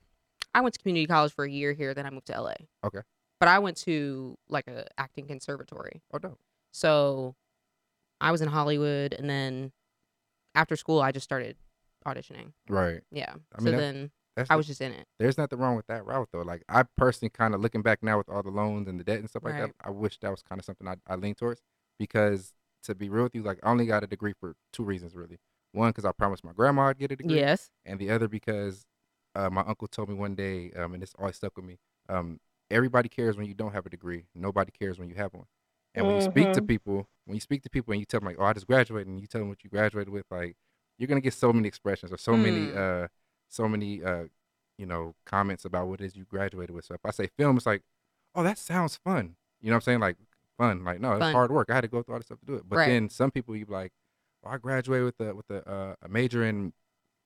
S1: i went to community college for a year here then i moved to la
S3: Okay.
S1: but i went to like a acting conservatory
S3: Oh no.
S1: so i was in hollywood and then after school i just started auditioning
S3: Right.
S1: yeah
S3: I mean,
S1: so
S3: that-
S1: then
S3: That's
S1: i
S3: the-
S1: was just in it
S3: there's nothing wrong with that route though. Like I personally kind of looking back now with all the loans and the debt and stuff like that,
S1: Right.
S3: I wish that was kind of something I, I lean towards because to be real with you, like I only got a degree for two reasons really. One, because I promised my grandma I'd get a degree,
S1: yes
S3: and the other because uh, my uncle told me one day, um, and this always stuck with me. Um, everybody cares when you don't have a degree. Nobody cares when you have one. And when you speak
S1: Mm-hmm.
S3: to
S2: Mhm.
S3: people, when you speak to people and you tell them like, "Oh, I just graduated," and you tell them what you graduated with, like you're gonna get so many expressions or so many,
S1: Mm.
S3: uh, so many, uh, you know, comments about what it is you graduated with. So if I say film, it's like, "Oh, that sounds fun." You know what I'm saying? Like fun. Like no, it's
S1: Fun.
S3: hard work. I had to go through all this stuff to do it. But
S1: Right.
S3: then some people you be like, oh, "I graduated with a with a, uh, a major in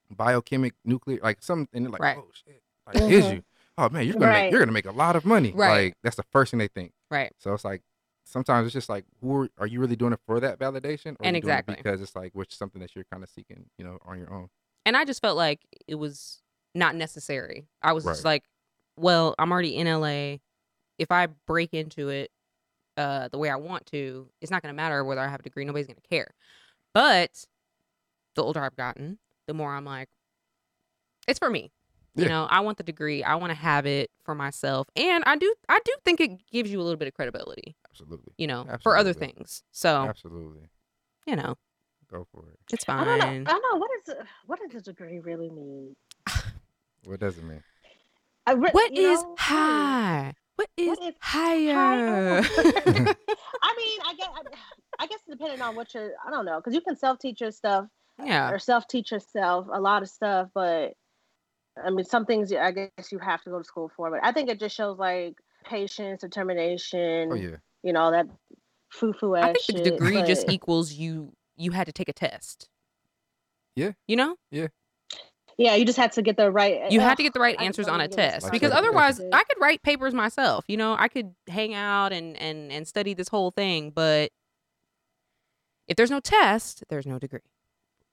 S3: biochemic nuclear like some and they're like
S1: Right. Mm-hmm.
S3: oh shit like is
S2: Mhm.
S3: you oh man you're gonna make,
S2: Right.
S3: you're gonna make a lot of money
S1: Right.
S3: like that's the first thing they think
S1: Right.
S3: so it's like sometimes it's just like who are, are you really doing it for that validation or
S1: And
S3: you doing it
S1: exactly.
S3: because it's like which is something that you're kind of seeking you know on your own
S1: And I just felt like it was not necessary. I was just
S3: Right.
S1: like, well, I'm already in LA. If I break into it uh, the way I want to, it's not going to matter whether I have a degree. Nobody's going to care. But the older I've gotten, the more I'm like, it's for me. You
S3: Yeah.
S1: know, I want the degree. I want to have it for myself. And I do I do think it gives you a little bit of credibility,
S3: absolutely
S1: you know, for other
S3: Absolutely.
S1: things. So,
S3: absolutely
S1: you know,
S3: go for it
S1: it's
S2: I
S1: fine.
S2: don't know. I don't know. What is what does a degree really mean?
S3: what does it mean
S2: I re-
S1: What
S2: you
S1: is
S2: know, hmm.
S1: high? What is,
S2: is
S1: higher?
S2: higher? I mean, I guess I guess depending on what you're, I don't know, because you can self teach your stuff
S1: yeah.
S2: or self teach yourself a lot of stuff, but I mean, some things I guess you have to go to school for. But I think it just shows like patience, determination,
S3: oh yeah
S2: you know, that foo foo ass.
S1: I think the
S2: shit,
S1: degree just e-,
S2: but-
S1: equals you you had to take a test.
S3: Yeah.
S1: You know?
S2: yeah, you just had to get the right.
S1: You had to get the right
S2: I just
S1: answers
S2: don't
S1: on a
S2: even get it
S1: test
S3: started.
S1: because
S3: Like, I-
S1: otherwise
S2: I-
S1: I could write papers myself. You know, I could hang out and and and study this whole thing, but if there's no test, there's no degree.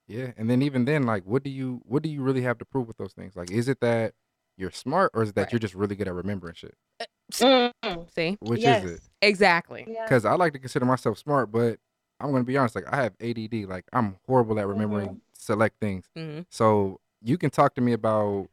S3: yeah and then even then like what do you what do you really have to prove with those things like is it that you're smart or is it that
S1: Right.
S3: you're just really good at remembering shit
S2: Mm,
S1: See?
S3: which
S2: yes.
S3: is it
S1: Exactly.
S2: Yeah.
S3: because I like to consider myself smart, but I'm gonna be honest. Like I have ADD. Like I'm horrible
S1: Mm-hmm.
S3: at remembering select things.
S1: hmm
S3: So you can talk to me about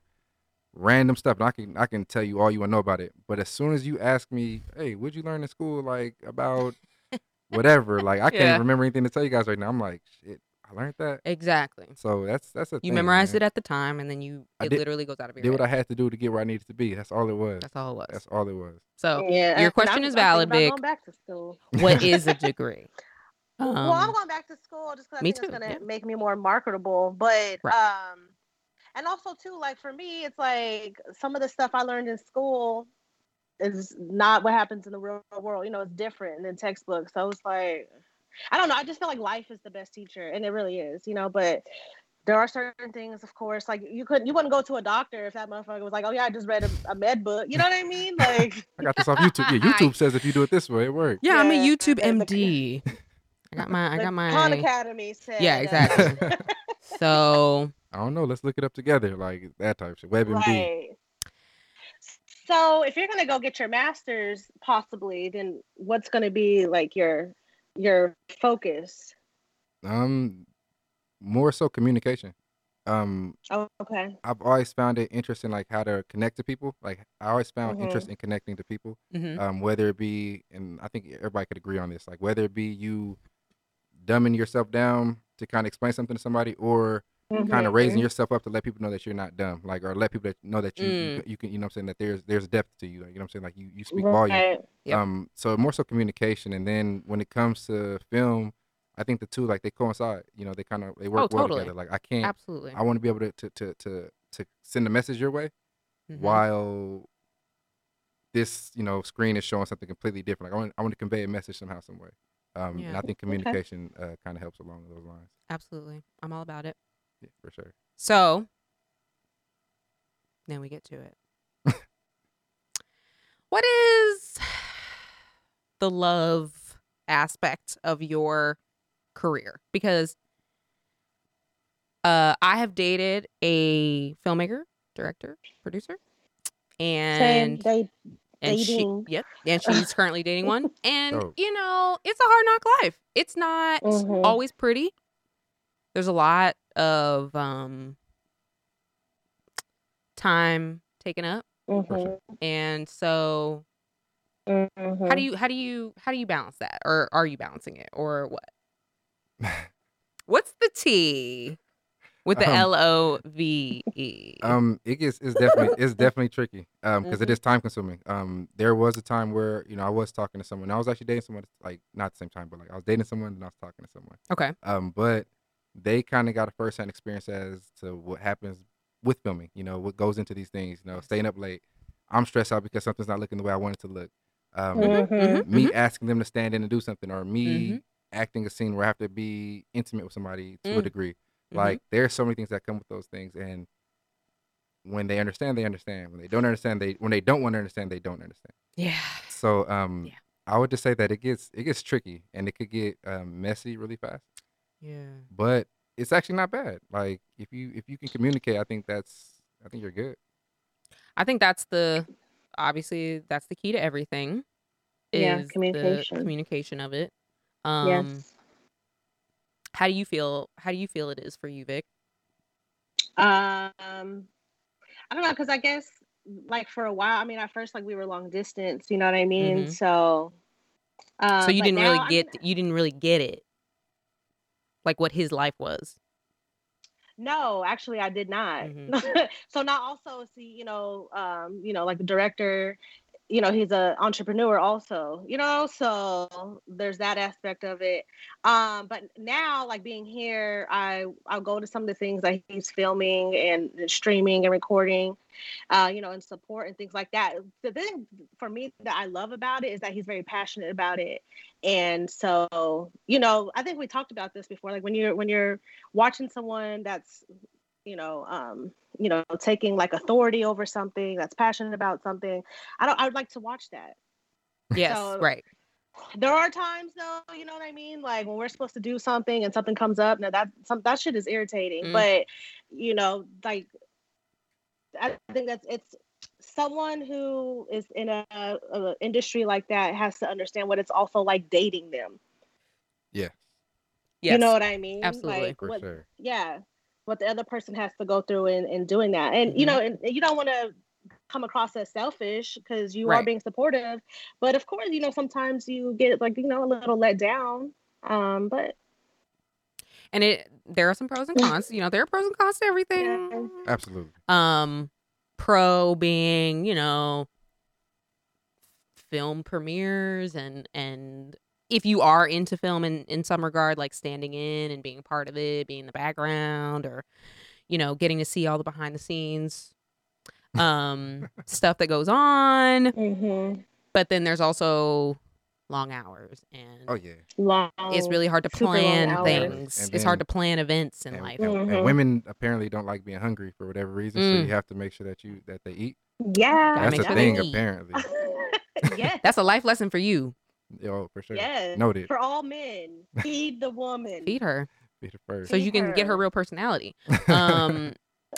S3: random stuff, and I can I can tell you all you want to know about it. But as soon as you ask me, hey, what'd you learn in school? Like about whatever. Like I can't
S1: Yeah.
S3: remember anything to tell you guys right now. I'm like, shit, I learned that.
S1: Exactly.
S3: So that's that's a
S1: You memorized it at the time and then you
S3: I
S1: it
S3: did-
S1: literally goes out of your
S3: Did what I
S1: head.
S3: had to do to get where I needed to be. That's all it was.
S1: That's all it was.
S3: That's all it was.
S1: so
S2: yeah,
S1: your
S2: and
S1: question
S2: I'm-
S1: is valid,
S2: I'm thinking about
S1: Vic.
S2: Going back to school.
S1: what is a degree?
S2: well, I'm
S1: Um,
S2: going back to school just because I
S1: me
S2: think
S1: too,
S2: it's gonna
S1: yeah.
S2: make me more marketable. But
S1: Right.
S2: um, and also too, like for me, it's like some of the stuff I learned in school is not what happens in the real world. You know, it's different than textbooks. So it's like, I don't know. I just feel like life is the best teacher, and it really is. You know, but. There are certain things, of course, like you couldn't, you wouldn't go to a doctor if that motherfucker was like, "Oh yeah, I just read a, a med book." You know what I mean? Like,
S3: I got this off YouTube. Yeah, YouTube says if you do it this way, it works.
S1: yeah, I'm a
S2: Yeah,
S1: YouTube
S2: and the-
S1: MD. I got my I
S2: The
S1: got my
S2: Khan Academy said.
S1: Yeah,
S2: uh,
S1: exactly. So
S3: I don't know. Let's look it up together, like that type shit. WebMD.
S2: right. So if you're gonna go get your master's, possibly, then what's gonna be like your your focus?
S3: Um, more so communication. Um,
S2: Oh, okay.
S3: I've always found it interesting, like how to connect to people. Like I always found
S2: Mhm.
S3: interest in connecting to people.
S1: mhm.
S3: um, whether it be, and I think everybody could agree on this, like whether it be you dumbing yourself down to kind of explain something to somebody, or kind of
S2: Mhm.
S3: raising yourself up to let people know that you're not dumb, like or let people that know that you you,
S1: Mm.
S3: c- you can, you know, what I'm saying that there's there's depth to you, like, you know, what I'm saying like you you speak volume.
S2: Right.
S1: Yep.
S3: Um, so more so communication, and then when it comes to film, I think the two like they coincide. You know, they kind of they work well
S1: Oh, totally.
S3: together. Like I can't,
S1: absolutely.
S3: I want to be able to to to to, to send a message your way
S1: Mhm.
S3: while this you know screen is showing something completely different. Like I want, I want to convey a message somehow, some way. Um,
S1: Yeah.
S3: And I think communication uh, kind of helps along those lines,
S1: Absolutely. I'm all about it.
S3: yeah, for sure.
S1: So then we get to it. what is the love aspect of your career? Because uh, I have dated a filmmaker, director, producer,
S2: Same.
S1: and
S2: They
S1: and
S2: dating.
S1: she, yep, and she's currently dating one. And
S3: Dope.
S1: you know, it's a hard knock life. It's not
S2: Mhm.
S1: always pretty. There's a lot of um time taken up,
S2: mhm,
S1: and so
S2: mhm.
S1: how do you how do you how do you balance that, or are you balancing it, or what? What's the T with the
S3: Um,
S1: L O V E?
S3: Um, it gets it's definitely it's definitely tricky um because
S1: Mm-hmm.
S3: is time consuming. Um, there was a time where you know I was talking to someone. I was actually dating someone like not at the same time, but like I was dating someone and I was talking to someone.
S1: Okay.
S3: Um, but they kind of got a first hand experience as to what happens with filming. You know what goes into these things. You know, staying up late. I'm stressed out because something's not looking the way I want it to look. Um,
S2: Mhm.
S1: Mhm,
S3: me
S1: mhm.
S3: asking them to stand in and do something or me
S1: Mhm.
S3: acting a scene where I have to be intimate with somebody to a
S1: Mm.
S3: degree.
S1: Mhm.
S3: Like there's so many things that come with those things and when they understand they understand. When they don't understand they when they don't want to understand they don't understand.
S1: mm-hmm. yeah,
S3: So um
S1: Yeah.
S3: I would just say that it gets it gets tricky and it could get um, messy really fast.
S1: yeah.
S3: But it's actually not bad. Like if you if you can communicate, I think that's I think you're good.
S1: I think that's the obviously that's the key to everything.
S2: Yeah,
S1: is the
S2: communication.
S1: communication of it. Um
S2: yes.
S1: how do you feel how do you feel it is for you, Vic?
S2: Um, I don't know, cause I guess like for a while, I mean, at first like we were long distance, you know what I mean?
S1: Mhm.
S2: So, uh,
S1: so you
S2: but
S1: didn't really
S2: now, I
S1: get
S2: mean,
S1: you didn't really get it. Like what his life was.
S2: no, actually, I did not. so now also see, you know, um, you know, like the director, you know, he's a entrepreneur also, you know, so there's that aspect of it. Um, but now like being here, I I'll go to some of the things that he's filming and streaming and recording, uh, you know, and support and things like that. The thing for me that I love about it is that he's very passionate about it. And so, you know, I think we talked about this before. Like when you're when you're watching someone that's you know um you know taking like authority over something that's passionate about something i don't i would like to watch that
S1: Yes,
S2: So-
S1: right.
S2: there are times though you know what i mean like when we're supposed to do something and something comes up now that some that shit is irritating
S1: Mm.
S2: but you know like i think that's it's someone who is in a, a industry like that has to understand what it's also like dating them
S3: Yeah,
S1: Yes.
S2: you know what i mean
S1: absolutely.
S2: like,
S3: for
S2: what,
S3: sure.
S2: yeah what the other person has to go through in, in doing that and
S3: Mm-hmm.
S2: you know and and you don't want to come across as selfish because you are
S1: Right.
S2: being supportive but of course you know sometimes you get like you know a little let down um but
S1: and it there are some pros and cons. You know, there are pros and cons to everything.
S2: Yeah.
S3: Absolutely.
S1: Um pro being, you know, film premieres and and if you are into film in in some regard like standing in and being a part of it being in the background or you know getting to see all the behind the scenes um stuff that goes on
S3: Mm-hmm.
S2: hmm
S1: but then there's also long hours and
S3: Oh yeah.
S2: long
S1: it's really hard to
S2: super long
S1: plan
S2: hours.
S1: things
S3: And
S1: it's hard to
S3: then-
S1: plan events in
S3: and,
S1: life
S3: and- and
S2: Mhm.
S3: women apparently don't like being hungry for whatever reason, so
S1: Mm.
S3: you have to make sure that you that they eat.
S2: yeah
S1: Gotta
S3: That's
S1: make
S3: a
S1: sure they
S3: thing,
S1: eat.
S3: apparently.
S2: yeah
S1: that's a life lesson for you
S3: Yeah, Oh, for sure.
S2: Yes.
S3: Noted.
S2: For all men, feed the woman.
S1: Feed her
S3: Be the first.
S1: so you can get her
S2: Feed
S1: real personality. Um,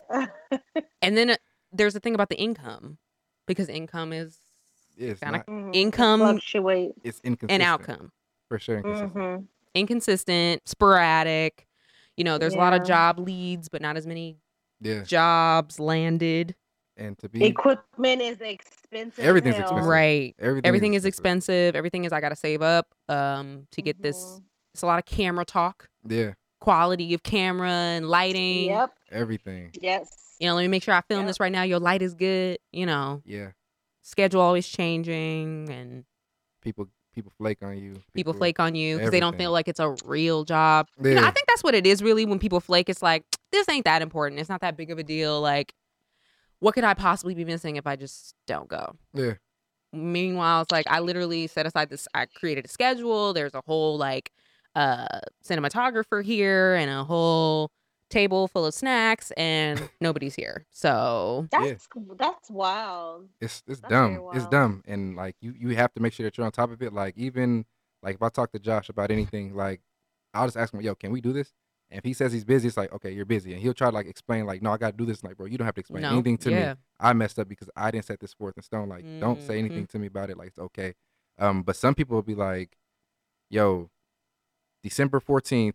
S1: and then uh, there's the thing about the income because income is
S3: it's,
S1: kinda
S3: not-
S2: Mhm.
S1: Income
S2: fluctuate.
S3: it's inconsistent.
S1: an outcome.
S3: For sure. Inconsistent.
S2: hmm
S1: Inconsistent, sporadic. You know, there's a lot of
S2: Yeah.
S1: job leads, but not as many
S3: Yeah.
S1: jobs landed.
S3: And to be.
S2: Equipment is expensive. as
S3: Everything's
S2: hell.
S3: expensive.
S1: Right.
S3: Everything,
S1: Everything is expensive. Everything is I gotta save up um to get this.
S2: Mhm.
S1: It's a lot of camera talk,
S3: Yeah.
S1: quality of camera and lighting.
S2: Yep.
S3: Everything.
S2: Yes.
S1: You know, let me make sure I film
S2: Yep.
S1: this right now. Your light is good. You know,
S3: Yeah.
S1: schedule always changing and
S3: People people flake on you.
S1: people flake on you because they don't
S3: everything.
S1: feel like it's a real job. You know,
S3: Yeah.
S1: I think that's what it is really when people flake. It's like, this ain't that important. It's not that big of a deal. Like, what could I possibly be missing if I just don't go?
S3: Yeah.
S1: Meanwhile, it's like I literally set aside this, I created a schedule. There's a whole like uh cinematographer here and a whole table full of snacks and nobody's here. So
S3: Yeah.
S2: That's that's wild.
S3: It's it's
S2: That's very
S3: dumb. It's
S2: wild.
S3: dumb. And like you you have to make sure that you're on top of it. Like even like if I talk to Josh about anything, like I'll just ask him, yo, can we do this? And if he says he's busy, it's like, okay, you're busy. And he'll try to like explain, like, no, I gotta do this. Like, bro, you don't have to explain
S1: no,
S3: anything to me.
S1: yeah.
S3: I messed up because I didn't set this forth in stone. Like, don't say
S1: Mhm.
S3: anything to me about it. Like, it's okay. Um, but some people will be like, yo, December oh 14th,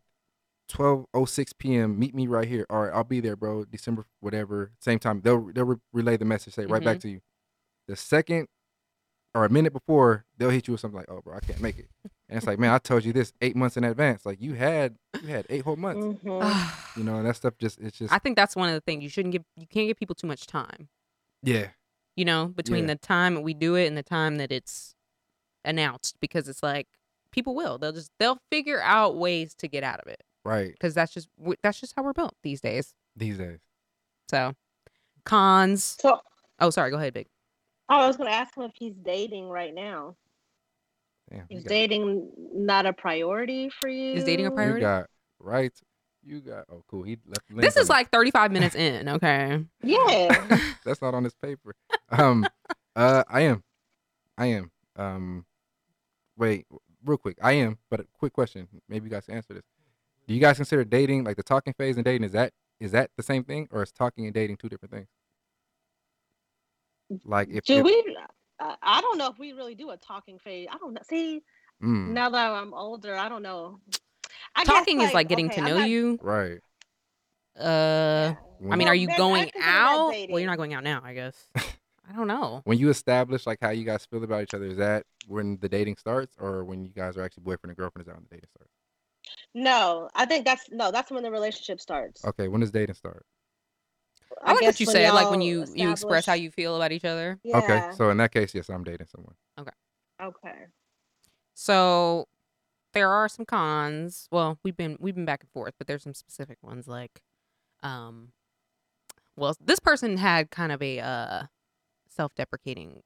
S3: 12.06 p.m., meet me right here. All right, I'll be there, bro. December, whatever, same time. They'll, they'll re- relay the message, say it right back to you. The second or a minute before, they'll hit you with something like, oh, bro, I can't make it. And it's like, man, I told you this eight months in advance. Like, you had, you had eight whole months.
S1: Uh,
S2: Mhm.
S3: You know, and that stuff just, it's just,
S1: I think that's one of the things you shouldn't give you can't give people too much time.
S3: yeah,
S1: you know, between
S3: Yeah.
S1: the time that we do it and the time that it's announced because it's like people will they'll just they'll figure out ways to get out of it
S3: right.
S1: because that's just w- that's just how we're built these days.
S3: These days.
S1: So cons.
S2: So
S1: Oh, sorry. Go ahead, big.
S2: I was gonna ask him if he's dating right now.
S3: Damn, you
S2: Is
S3: got-
S2: dating not a priority for you?
S1: Is dating a priority?
S3: You got right. You got oh cool. He left. the link
S1: This
S3: on
S1: is
S3: the-
S1: like 35 minutes in. Okay.
S2: Yeah.
S3: that's not on this paper. Um, uh, I am, I am. Um, wait, real quick. I am, but a quick question. Maybe you guys can answer this. Do you guys consider dating like the talking phase and dating? Is that is that the same thing, or is talking and dating two different things? Like if,
S2: do
S3: if-
S2: we? I I don't know if we really do a talking phase. I don't know. See,
S3: mm,
S2: now that I'm older, I don't know. I guess,
S1: Talking is like getting
S2: okay,
S1: to
S2: I'm
S1: know
S2: not-
S1: you.
S3: right?
S1: Uh, I
S3: When,
S1: mean,
S2: Well,
S1: are you
S2: then I
S1: going
S2: consider that
S1: out? Well,
S2: dating.
S1: you're not going out now, I guess. I don't know.
S3: when you establish like how you guys feel about each other, is that when the dating starts, or when you guys are actually boyfriend and girlfriend? Is that when the dating starts?
S2: No, I think that's no. That's when the relationship starts.
S3: Okay, when does dating start?
S1: I, like
S2: guess
S1: what you said, like when
S2: y'all
S1: you you express how
S2: establish-
S1: you feel about each other.
S2: Yeah.
S3: Okay, so in that case, yes, I'm dating someone.
S2: okay.
S1: So there are some cons. Well, we've been we've been back and forth, but there's some specific ones like um well, this person had kind of a uh self-deprecating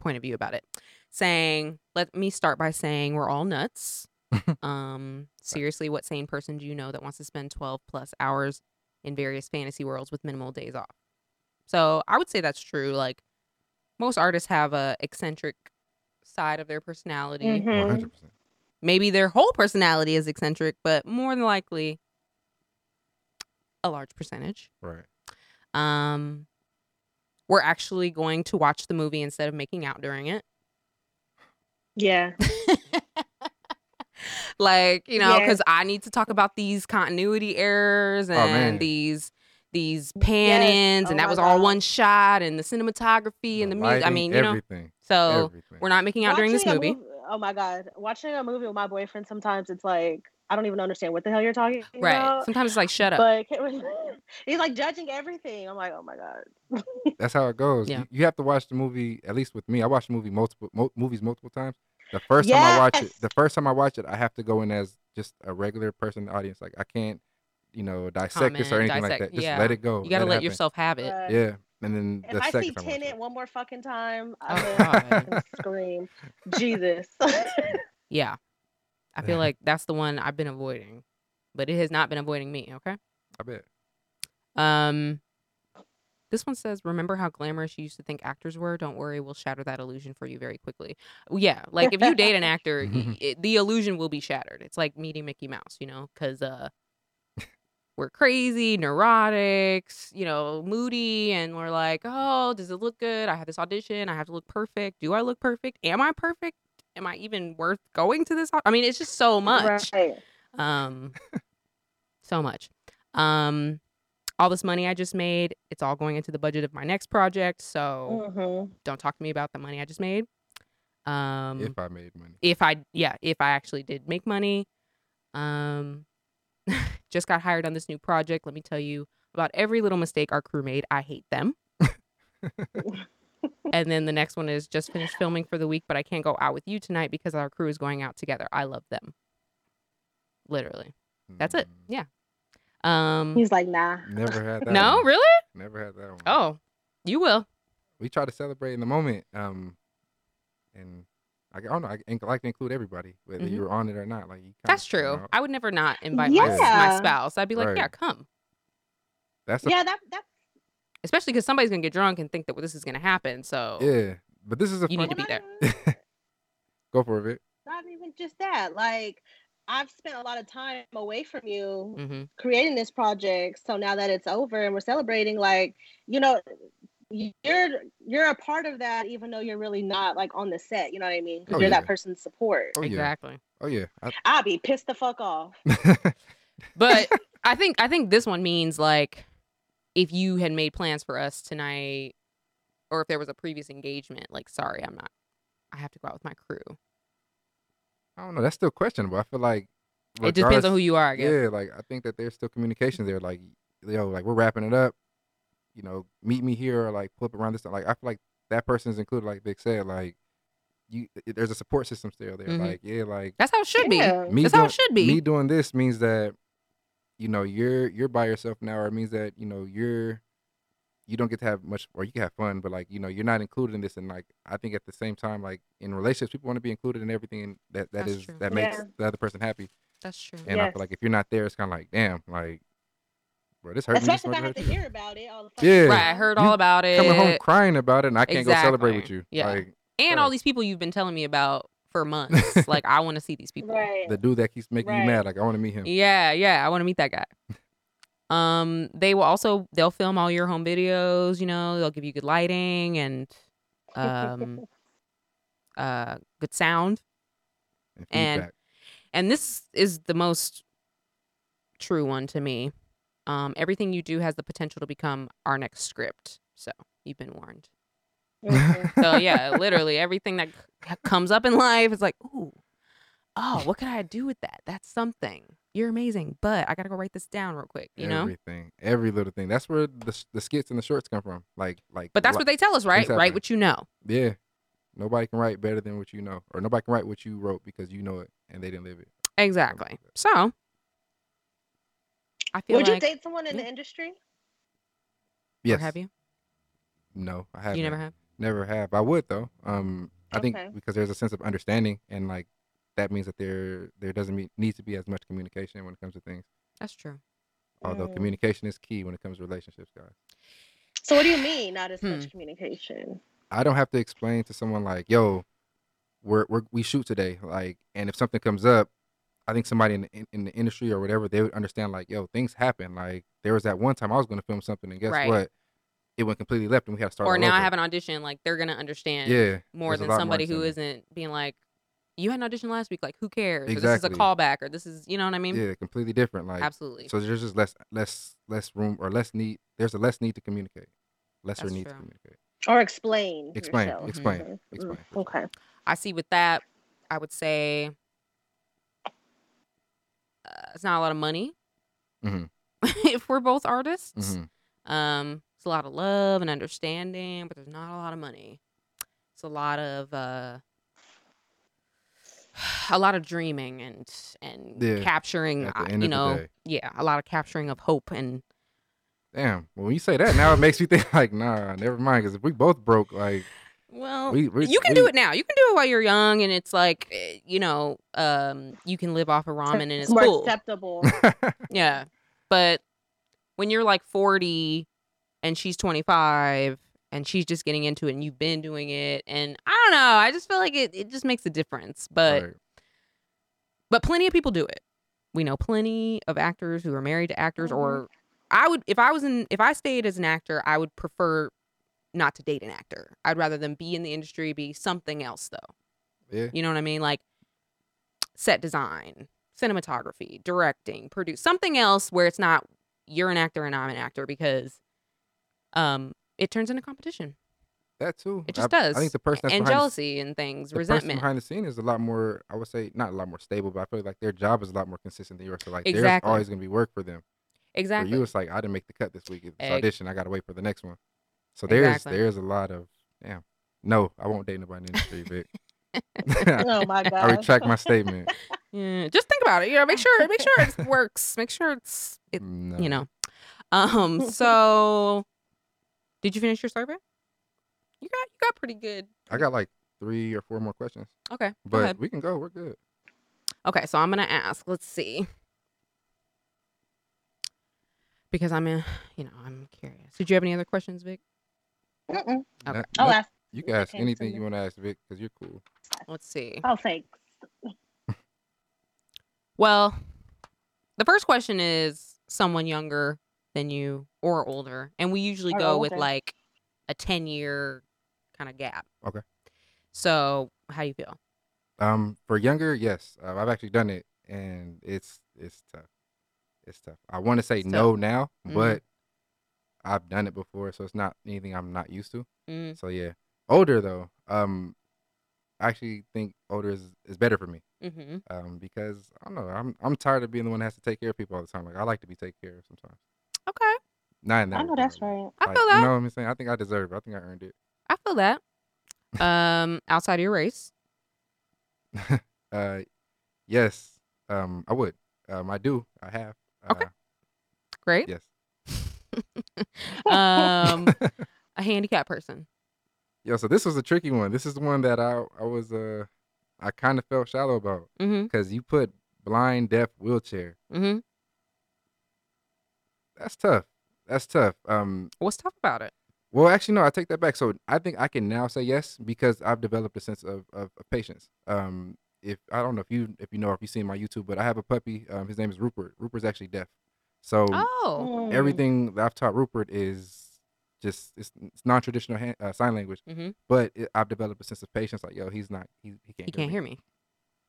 S1: point of view about it. Saying, "Let me start by saying we're all nuts." um seriously, what sane person do you know that wants to spend 12 plus hours in various fantasy worlds with minimal days off? So, I would say that's true. Like most artists have a eccentric side of their personality
S3: One
S2: Mhm.
S3: hundred percent.
S1: maybe their whole personality is eccentric, but more than likely a large percentage.
S3: Right.
S1: Um we're actually going to watch the movie instead of making out during it.
S2: Yeah.
S1: Like, you know,
S2: Yeah.
S1: cuz I need to talk about these continuity errors and
S3: man.
S1: these these pan
S2: Oh, Yes.
S1: ins and
S2: Oh
S1: that
S2: my
S1: was all
S2: God.
S1: one shot and the cinematography and the music. I
S3: lighting,
S1: mean, you know.
S3: everything.
S1: So,
S3: everything.
S1: we're not making out during this
S2: Watching
S1: movie.
S2: a mov- oh my god, watching a movie with my boyfriend sometimes it's like I don't even understand what the hell you're talking
S1: Right.
S2: about.
S1: Sometimes it's like shut up.
S2: But he's like judging everything. I'm like, oh my god.
S3: That's how it goes.
S1: Yeah.
S3: You, you have to watch the movie. At least with me, I watch the movie multiple mo- movies multiple times. The first time I watch it,
S2: Yes.
S3: the first time I watch it, I have to go in as just a regular person in the audience. Like I can't, you know, dissect this or
S1: Comment,
S3: anything like
S1: dissect-
S3: that. Just
S1: yeah.
S3: let it go.
S1: you got to
S3: it
S1: let
S3: happen.
S1: yourself have it.
S2: But
S3: Yeah. And then
S2: If
S3: the
S2: I see
S3: second time.
S2: Tenant one more fucking time,
S1: Oh,
S2: I
S1: God.
S2: will fucking scream, Jesus.
S1: Yeah. I feel like that's the one I've been avoiding, but it has not been avoiding me. Okay.
S3: I bet.
S1: Um, this This one says, "Remember how glamorous you used to think actors were? Don't worry, we'll shatter that illusion for you very quickly." Well, yeah, like if you date an actor, y- it, the illusion will be shattered. It's like meeting Mickey Mouse, you know, because uh, we're crazy, neurotics, you know, moody, and we're like, "Oh, does it look good? I have this audition. I have to look perfect. Do I look perfect? Am I perfect? Am I even worth going to this? au-" I mean, it's just so much."
S2: Right.
S1: Um, so much. Um, all this money I just made, it's all going into the budget of my next project. So
S3: Oh.
S2: Mhm.
S1: don't talk to me about the money I just made. Um, if,
S3: if I made money.
S1: I, yeah, if I actually did make money. Um, just got hired on this new project. Let me tell you about every little mistake our crew made. I hate them. and then the next one is just finished filming for the week, but I can't go out with you tonight because our crew is going out together. I love them. Literally. That's it.
S3: Mm,
S1: Yeah. Um
S2: He's like, nah.
S3: Hmm. Never had that.
S1: No,
S3: one.
S1: really?
S3: Never had that one.
S1: Oh, you will.
S3: we try to celebrate in the moment. Um, and I, I don't know. I, inc- like to include everybody, whether
S1: Mhm.
S3: you were on it or not. Like you kinda
S1: That's
S3: come
S1: true.
S3: out.
S1: I would never not invite my s- my,
S2: Yeah.
S1: spouse. I'd be like,
S3: Right.
S1: yeah, come.
S3: That's a, yeah.
S2: Yeah, that that's
S1: Especially because somebody's gonna get drunk and think that well, this is gonna happen. So
S3: But this is a
S1: You need to
S3: fun.
S1: be
S2: well, not
S1: there.
S2: even-
S3: Go for it. Vic.
S2: Not even just that. Like, I've spent a lot of time away from you
S1: hmm
S2: creating this project. So now that it's over and we're celebrating, like, you know, you're you're a part of that, even though you're really not like on the set. You know what I mean? 'Cause
S3: Oh,
S2: you're
S3: yeah.
S2: that person's support.
S3: Oh yeah.
S1: exactly.
S3: Oh yeah. I,
S2: I'll be pissed the fuck off.
S1: But I think I think this one means like if you had made plans for us tonight or if there was a previous engagement, like sorry, I'm not I have to go out with my crew.
S3: I don't know. That's still questionable. I feel like
S1: it depends on who
S3: regardless-
S1: you are, I guess.
S3: Yeah, like I think that there's still communication there. Like, yo, like we're wrapping it up. You know, meet me here or like flip around this. Like I feel like that person's included. Like Vic said, like you, there's a support system still there.
S1: Mhm.
S3: Like yeah, like
S1: That's how it should be.
S2: Yeah.
S3: me
S1: That's
S3: doing,
S1: how it should be.
S3: me doing this means that you know you're you're by yourself now, or it means that you know you're you don't get to have much, or you can have fun, but like you know you're not included in this. And like I think at the same time, like in relationships, people want to be included in everything that that
S1: That's
S3: is
S1: true.
S3: that makes
S2: Yeah.
S3: the other person happy.
S1: That's true.
S3: And I
S2: Yes.
S3: feel like if you're not there, it's kind of like, damn, like, bro, this hurt
S2: Especially
S3: me.
S2: if
S3: This
S2: I have
S3: much
S2: to
S3: hurt you.
S2: hear about it all the
S3: Yeah.
S2: fucking
S1: Right, I
S2: time.
S1: heard
S3: You
S1: all about it.
S3: Coming home crying about it, and I can't go celebrate with
S1: Exactly.
S3: you.
S1: Yeah.
S3: Like
S1: and
S3: Right.
S1: all these people you've been telling me about for months. like I want to see these people.
S2: Right.
S3: the dude that keeps making you
S2: Right.
S3: mad. Like I want to meet him.
S1: Yeah, yeah, I want to meet that guy. Um, they will also they'll film all your home videos. You know, they'll give you good lighting and um, uh, good sound.
S3: And
S1: And-
S3: feedback.
S1: And this is the most true one to me. Um, everything you do has the potential to become our next script. So you've been warned.
S2: Mhm.
S1: So yeah, literally everything that c- comes up in life is like, ooh, oh, what could I do with that? That's something. You're amazing, but I gotta go write this down real quick. You know.
S3: everything, every little thing. That's where the, s- the skits and the shorts come from. Like, like.
S1: But that's
S3: li-
S1: what they tell us, right?
S3: Exactly.
S1: Write what you know.
S3: Yeah. Nobody can write better than what you know, or nobody can write what you wrote because you know it and they didn't live it.
S1: Exactly. So I feel
S2: Would you
S1: like
S2: date someone in
S1: yeah.
S2: the industry?
S1: or
S3: Yes.
S1: have you?
S3: No, I haven't.
S1: You never have.
S3: Never have. I would though. Um, I
S2: Okay.
S3: think because there's a sense of understanding, and like that means that there there doesn't meet, need to be as much communication when it comes to things.
S1: That's true.
S3: Although
S2: Mm.
S3: communication is key when it comes to relationships, guys.
S2: So what do you mean not as
S1: Hmm.
S2: much communication?
S3: I don't have to explain to someone like, "Yo, we're, we're we shoot today," like, and if something comes up, I think somebody in the, in, in the industry or whatever they would understand. Like, yo, things happen. Like there was that one time I was going to film something, and guess
S1: Right.
S3: what? It went completely left, and we had to start.
S1: Or
S3: all
S1: now I
S3: over.
S1: have an audition, like they're gonna understand
S3: yeah
S1: more
S3: there's
S1: than
S3: a lot more
S1: somebody who
S3: understanding.
S1: isn't being like, You had an audition last week, like who cares? Or this is a
S3: Exactly.
S1: callback or this is you know what I mean?
S3: yeah completely different. Like
S1: Absolutely.
S3: So there's just less less less room or less need. There's a less need to communicate, lesser
S1: That's
S3: need to
S1: true.
S3: communicate.
S2: Or explain.
S3: Explain,
S2: yourself.
S3: explain,
S2: Mhm.
S3: explain.
S2: Mm, Okay.
S1: I see with that, I would say uh, it's not a lot of money
S3: Mhm.
S1: if we're both artists.
S3: Mhm.
S1: Um, it's a lot of love and understanding, but there's not a lot of money. It's a lot of uh, a lot of dreaming and and
S3: Yeah,
S1: capturing,
S3: at the
S1: uh,
S3: end of
S1: you
S3: the
S1: know,
S3: day.
S1: yeah, a lot of capturing of hope and
S3: Damn. Well, when you say that, now it makes me think like, nah, never mind. Because if we both broke, like,
S1: well,
S3: We- we-
S1: you can do
S3: we-
S1: it now. You can do it while you're young, and it's like eh, you know, um, you can live off of ramen, and it's
S2: more
S1: cool.
S2: acceptable.
S1: Yeah. But when you're like 40 and she's 25 and she's just getting into it and you've been doing it and I don't know, I just feel like it it just makes a difference. But
S3: Right.
S1: but plenty of people do it. We know plenty of actors who are married to actors
S2: Mhm.
S1: or I would if I was in if I stayed as an actor, I would prefer not to date an actor. I'd rather them be in the industry, be something else though.
S3: yeah.
S1: You know what I mean? Like set design, cinematography, directing, produce something else where it's not you're an actor and I'm an actor because um it turns into competition
S3: That too.
S1: It just
S3: I,
S1: does.
S3: I think the person that's
S1: and
S3: behind the
S1: jealousy and things,
S3: the person
S1: resentment.
S3: behind the scene is a lot more i would say not a lot more stable but i feel like their job is a lot more consistent than yours so like there's
S1: Exactly.
S3: always going to be work for them
S1: exactly.
S3: for you it's like i didn't make the cut this week it's
S1: Ex-
S3: audition i gotta wait for the next one so there's
S1: Exactly.
S3: there's a lot of damn no i won't date nobody in the industry but
S2: Oh my
S3: i
S2: god.
S3: retract my statement
S1: yeah, just think about it. You know, make sure make sure it works. Make sure it's it,
S3: no.
S1: you know. Um so did you finish your survey? You got you got pretty good.
S3: i got like three or four more questions
S1: Okay.
S3: but
S1: ahead.
S3: we can go we're good
S1: Okay, so I'm gonna ask. Let's see. Because I'm in, you know, I'm curious. Did you have any other questions, Vic?
S2: Mm-mm.
S1: Okay.
S3: Not-
S2: I'll
S3: not-
S2: ask.
S3: you can ask
S2: Okay,
S3: anything
S2: so-
S3: you want to ask vic because you're cool
S1: Let's see.
S2: Oh, thanks.
S1: Well, the first question is someone younger than you or older, and we usually
S2: Or
S1: go with
S2: older.
S1: like a ten year kind of gap.
S3: Okay.
S1: So how do you feel?
S3: Um, for younger, yes, uh, I've actually done it, and it's it's tough. It's tough. I want to say
S1: It's
S3: no now,
S1: Mhm.
S2: Mm-hmm.
S3: but I've done it before, so it's not anything I'm not used to.
S1: Mm,
S3: So yeah, older though. Um, I actually think older is, is better for me.
S1: mm-hmm.
S3: Um, because I don't know, I'm I'm tired of being the one that has to take care of people all the time. Like I like to be taken care of sometimes.
S1: Okay,
S3: Not in that.
S2: I know that's
S3: regard,
S2: right.
S1: I
S3: but,
S1: feel
S3: Like, you
S1: that.
S3: know what I'm saying? I think I deserve. it. I think I earned it.
S1: I feel that. Um, outside of your race.
S3: Uh, yes. Um, I would. Um, I do. I have.
S1: Okay.
S3: Uh,
S1: Great.
S3: Yes.
S1: Um, a handicapped person.
S3: Yo, so this was a tricky one. This is the one that I I was uh I kind of felt shallow about
S1: Mm-hmm.
S3: because you put blind, deaf, wheelchair.
S1: Mm-hmm.
S3: That's tough. That's tough. Um,
S1: What's tough about it?
S3: well, actually, no, I take that back. So I think I can now say yes because I've developed a sense of of, of patience. Um, if I don't know if you if you know or if you've seen my YouTube, but I have a puppy. Um, his name is Rupert. Rupert's actually deaf, so
S1: Oh.
S2: Mm.
S3: everything that I've taught Rupert is just it's, it's non-traditional hand, uh, sign language.
S1: Mhm.
S3: But it, I've developed a sense of patience. Like, yo, he's not he he can't
S1: He can't
S3: me.
S1: hear me.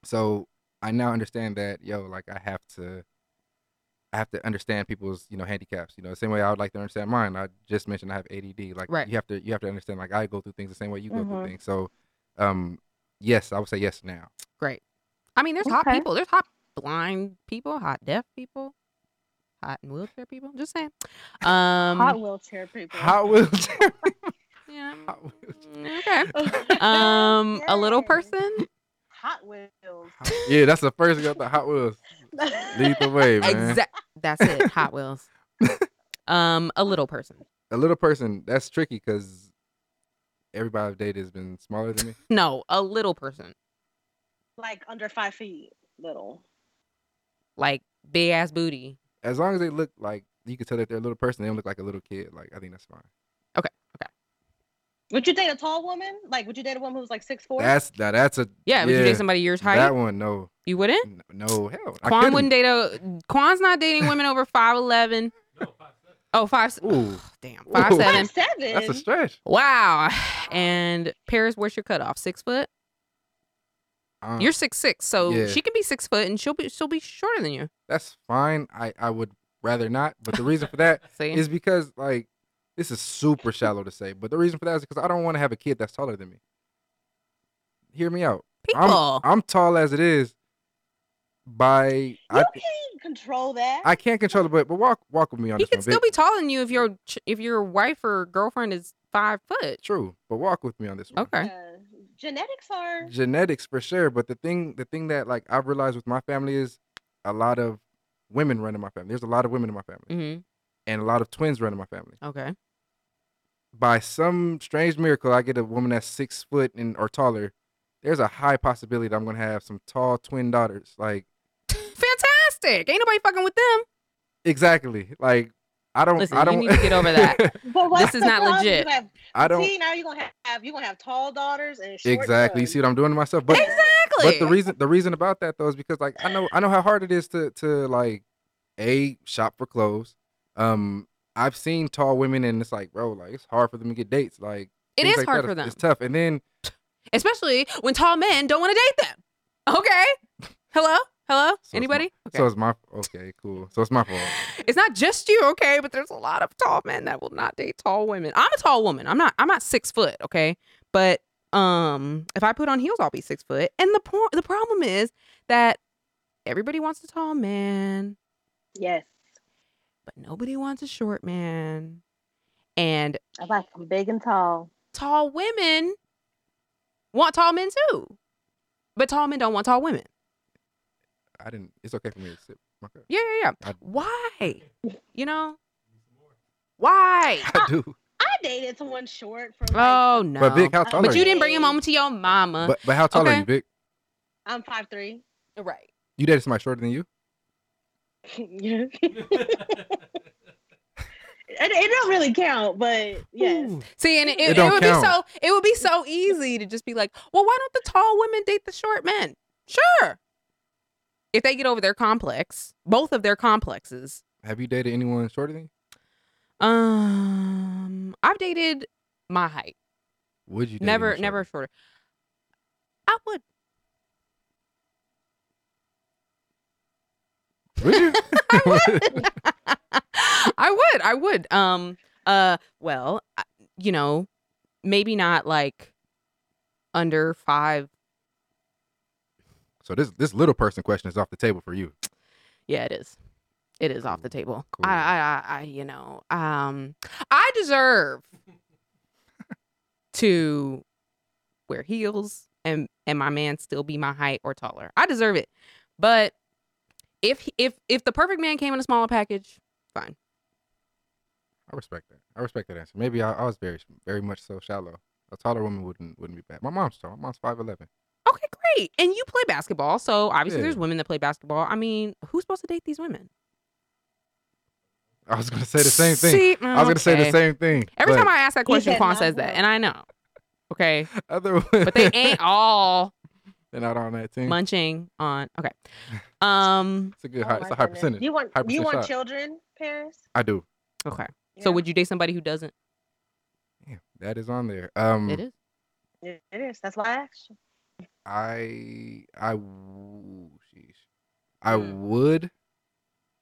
S3: so i now understand that yo like i have to i have to understand people's you know handicaps you know the same way i would like to understand mine i just mentioned i have add like
S1: Right. Mm-hmm.
S3: you have to you have to understand like i go through things the same way you go
S2: Mhm.
S3: through things so um yes i would say yes now
S1: Great. I mean, there's hot
S2: Okay.
S1: people. There's hot blind people, hot deaf people, hot and wheelchair people. Just saying. Um,
S2: Hot wheelchair people.
S3: how will
S1: yeah.
S3: Hot wheelchair.
S1: mm, Okay. Um, a little
S2: Yay.
S1: person.
S2: Hot wheels.
S3: yeah that's the first thing i thought hot wheels lead the way man
S1: Exact. That's it. Hot wheels. Um, a little person.
S3: a little person that's tricky because everybody i've dated has been smaller than me
S1: No, a little person.
S2: like under five feet, little.
S1: Like big ass booty.
S3: as long as they look like you can tell that they're a little person they don't look like a little kid like i think that's fine
S2: Would you date a tall woman? Like, would you date a woman who's like six four?
S3: That's now that's a
S1: Yeah. Would you date somebody your height?
S3: That one, no,
S1: you wouldn't.
S3: N- no, hell, I
S1: Quan
S3: couldn't.
S1: wouldn't date a. Quan's not dating women over five eleven. Oh, five. se-
S3: Ooh,
S1: Damn,
S3: Ooh.
S1: five seven.
S2: Five seven.
S3: that's a stretch.
S1: Wow. And Paris, where's your cutoff? Six foot.
S3: Um,
S1: You're six six, so
S3: yeah.
S1: she can be six foot, and she'll be she'll be shorter than you.
S3: that's fine. I I would rather not, but the reason for that
S1: See,
S3: is because like this is super shallow to say, but the reason for that is because I don't want to have a kid that's taller than me. Hear me out.
S1: people.
S3: I'm tall as it is. By
S2: you
S3: I
S2: can't control that.
S3: I can't control it, but but walk walk with me on
S1: he
S3: this
S1: can
S3: one.
S1: still
S3: Vic.
S1: be taller than you if your ch- if your wife or girlfriend is five foot.
S3: true, but walk with me on this one.
S1: Okay.
S2: Uh, genetics are.
S3: genetics for sure but the thing the thing that like i've realized with my family is a lot of women run in my family there's a lot of women in my family
S1: hmm
S3: and a lot of twins run in my family
S1: Okay.
S3: by some strange miracle i get a woman that's six foot and or taller there's a high possibility that i'm gonna have some tall twin daughters like
S1: Fantastic. Ain't nobody fucking with them.
S3: exactly like I don't.
S1: Listen,
S3: I
S1: you
S3: don't
S1: need to get over that.
S2: But what's
S1: This is
S2: the
S1: not
S2: problem?
S1: legit.
S2: You have,
S3: I don't
S2: see, now you're gonna have you're gonna have tall daughters and short
S3: exactly. You
S2: sons.
S3: see what I'm doing to myself? But
S1: exactly.
S3: But the reason the reason about that though is because like I know I know how hard it is to to like a shop for clothes. Um, I've seen tall women and it's like bro, like it's hard for them to get dates. Like
S1: it
S3: things
S1: is
S3: like
S1: hard
S3: that,
S1: for
S3: it's-
S1: them,
S3: It's tough. And then
S1: especially when tall men don't want to date them. Okay. Hello. Hello.
S3: it's my-
S1: Anybody? Okay.
S3: so it's my okay, cool. So it's my fault.
S1: it's not just you, okay? But there's a lot of tall men that will not date tall women. I'm a tall woman. I'm not. I'm not six foot, okay? But um, if I put on heels, I'll be six foot. And the point, the problem is that everybody wants a tall man,
S2: Yes,
S1: but nobody wants a short man. And
S2: I like them big and tall.
S1: tall women want tall men too, but tall men don't want tall women.
S3: I didn't. It's okay for me to sip. My cup.
S1: Yeah, yeah, yeah.
S3: I-
S1: Why? You know, why?
S3: I do.
S2: I dated someone short for like
S1: Oh Ah, no!
S3: But big, how tall
S1: But
S3: are
S1: you
S3: you?
S1: didn't bring him home to your mama.
S3: But, but how tall
S1: Okay.
S3: are you, Vic?
S2: I'm five three.
S1: right.
S3: You dated somebody shorter than you?
S2: it, it don't really count, but yes.
S3: Ooh.
S1: See, and it,
S3: It
S1: it,
S3: don't
S1: would
S3: count.
S1: be so it would be so easy to just be like, well, why don't the tall women date the short men? Sure. If they get over their complex, both of their complexes.
S3: Have you dated anyone shorter than? you?
S1: Um I've dated my height.
S3: Would you? date
S1: never
S3: anyone
S1: never
S3: shorter?
S1: shorter. I would
S3: Would you?
S1: I would. I would. Um. Uh. Well, I- you know, maybe not like under five.
S3: so this this little person question is off the table for you.
S1: Yeah, it is. It is off the table.
S3: Cool.
S1: I, I, I, I, you know, um, I deserve to wear heels and and my man still be my height or taller. I deserve it. But if he- if if the perfect man came in a smaller package, fine.
S3: I respect that. I respect that answer. Maybe I, I was very, very much so shallow. A taller woman wouldn't wouldn't be bad. My mom's tall. My mom's five eleven.
S1: Okay, great. And you play basketball, so obviously
S3: Yeah.
S1: there's women that play basketball. I mean, who's supposed to date these women?
S3: I was gonna say the same thing.
S1: See,
S3: I was gonna say the same thing.
S1: Every
S3: but
S1: time I ask that question,
S2: said
S1: Quan
S2: not
S1: says that,
S2: one.
S1: and I know. Okay,
S3: other
S1: but they ain't all
S3: they're not on that team.
S1: munching on. Okay, um,
S3: It's a good
S2: Oh
S3: high,
S2: my
S3: it's a high
S2: goodness.
S3: percentage.
S2: You want
S3: High
S2: you
S3: percent
S2: want
S3: shot.
S2: children, Paris?
S3: I do.
S1: okay. So
S2: Yeah.
S1: would you date somebody who doesn't?
S3: Yeah, that is on there. Um,
S1: It is.
S2: It it is. That's why I asked you.
S3: I I w- sheesh. I
S1: Mm.
S3: would.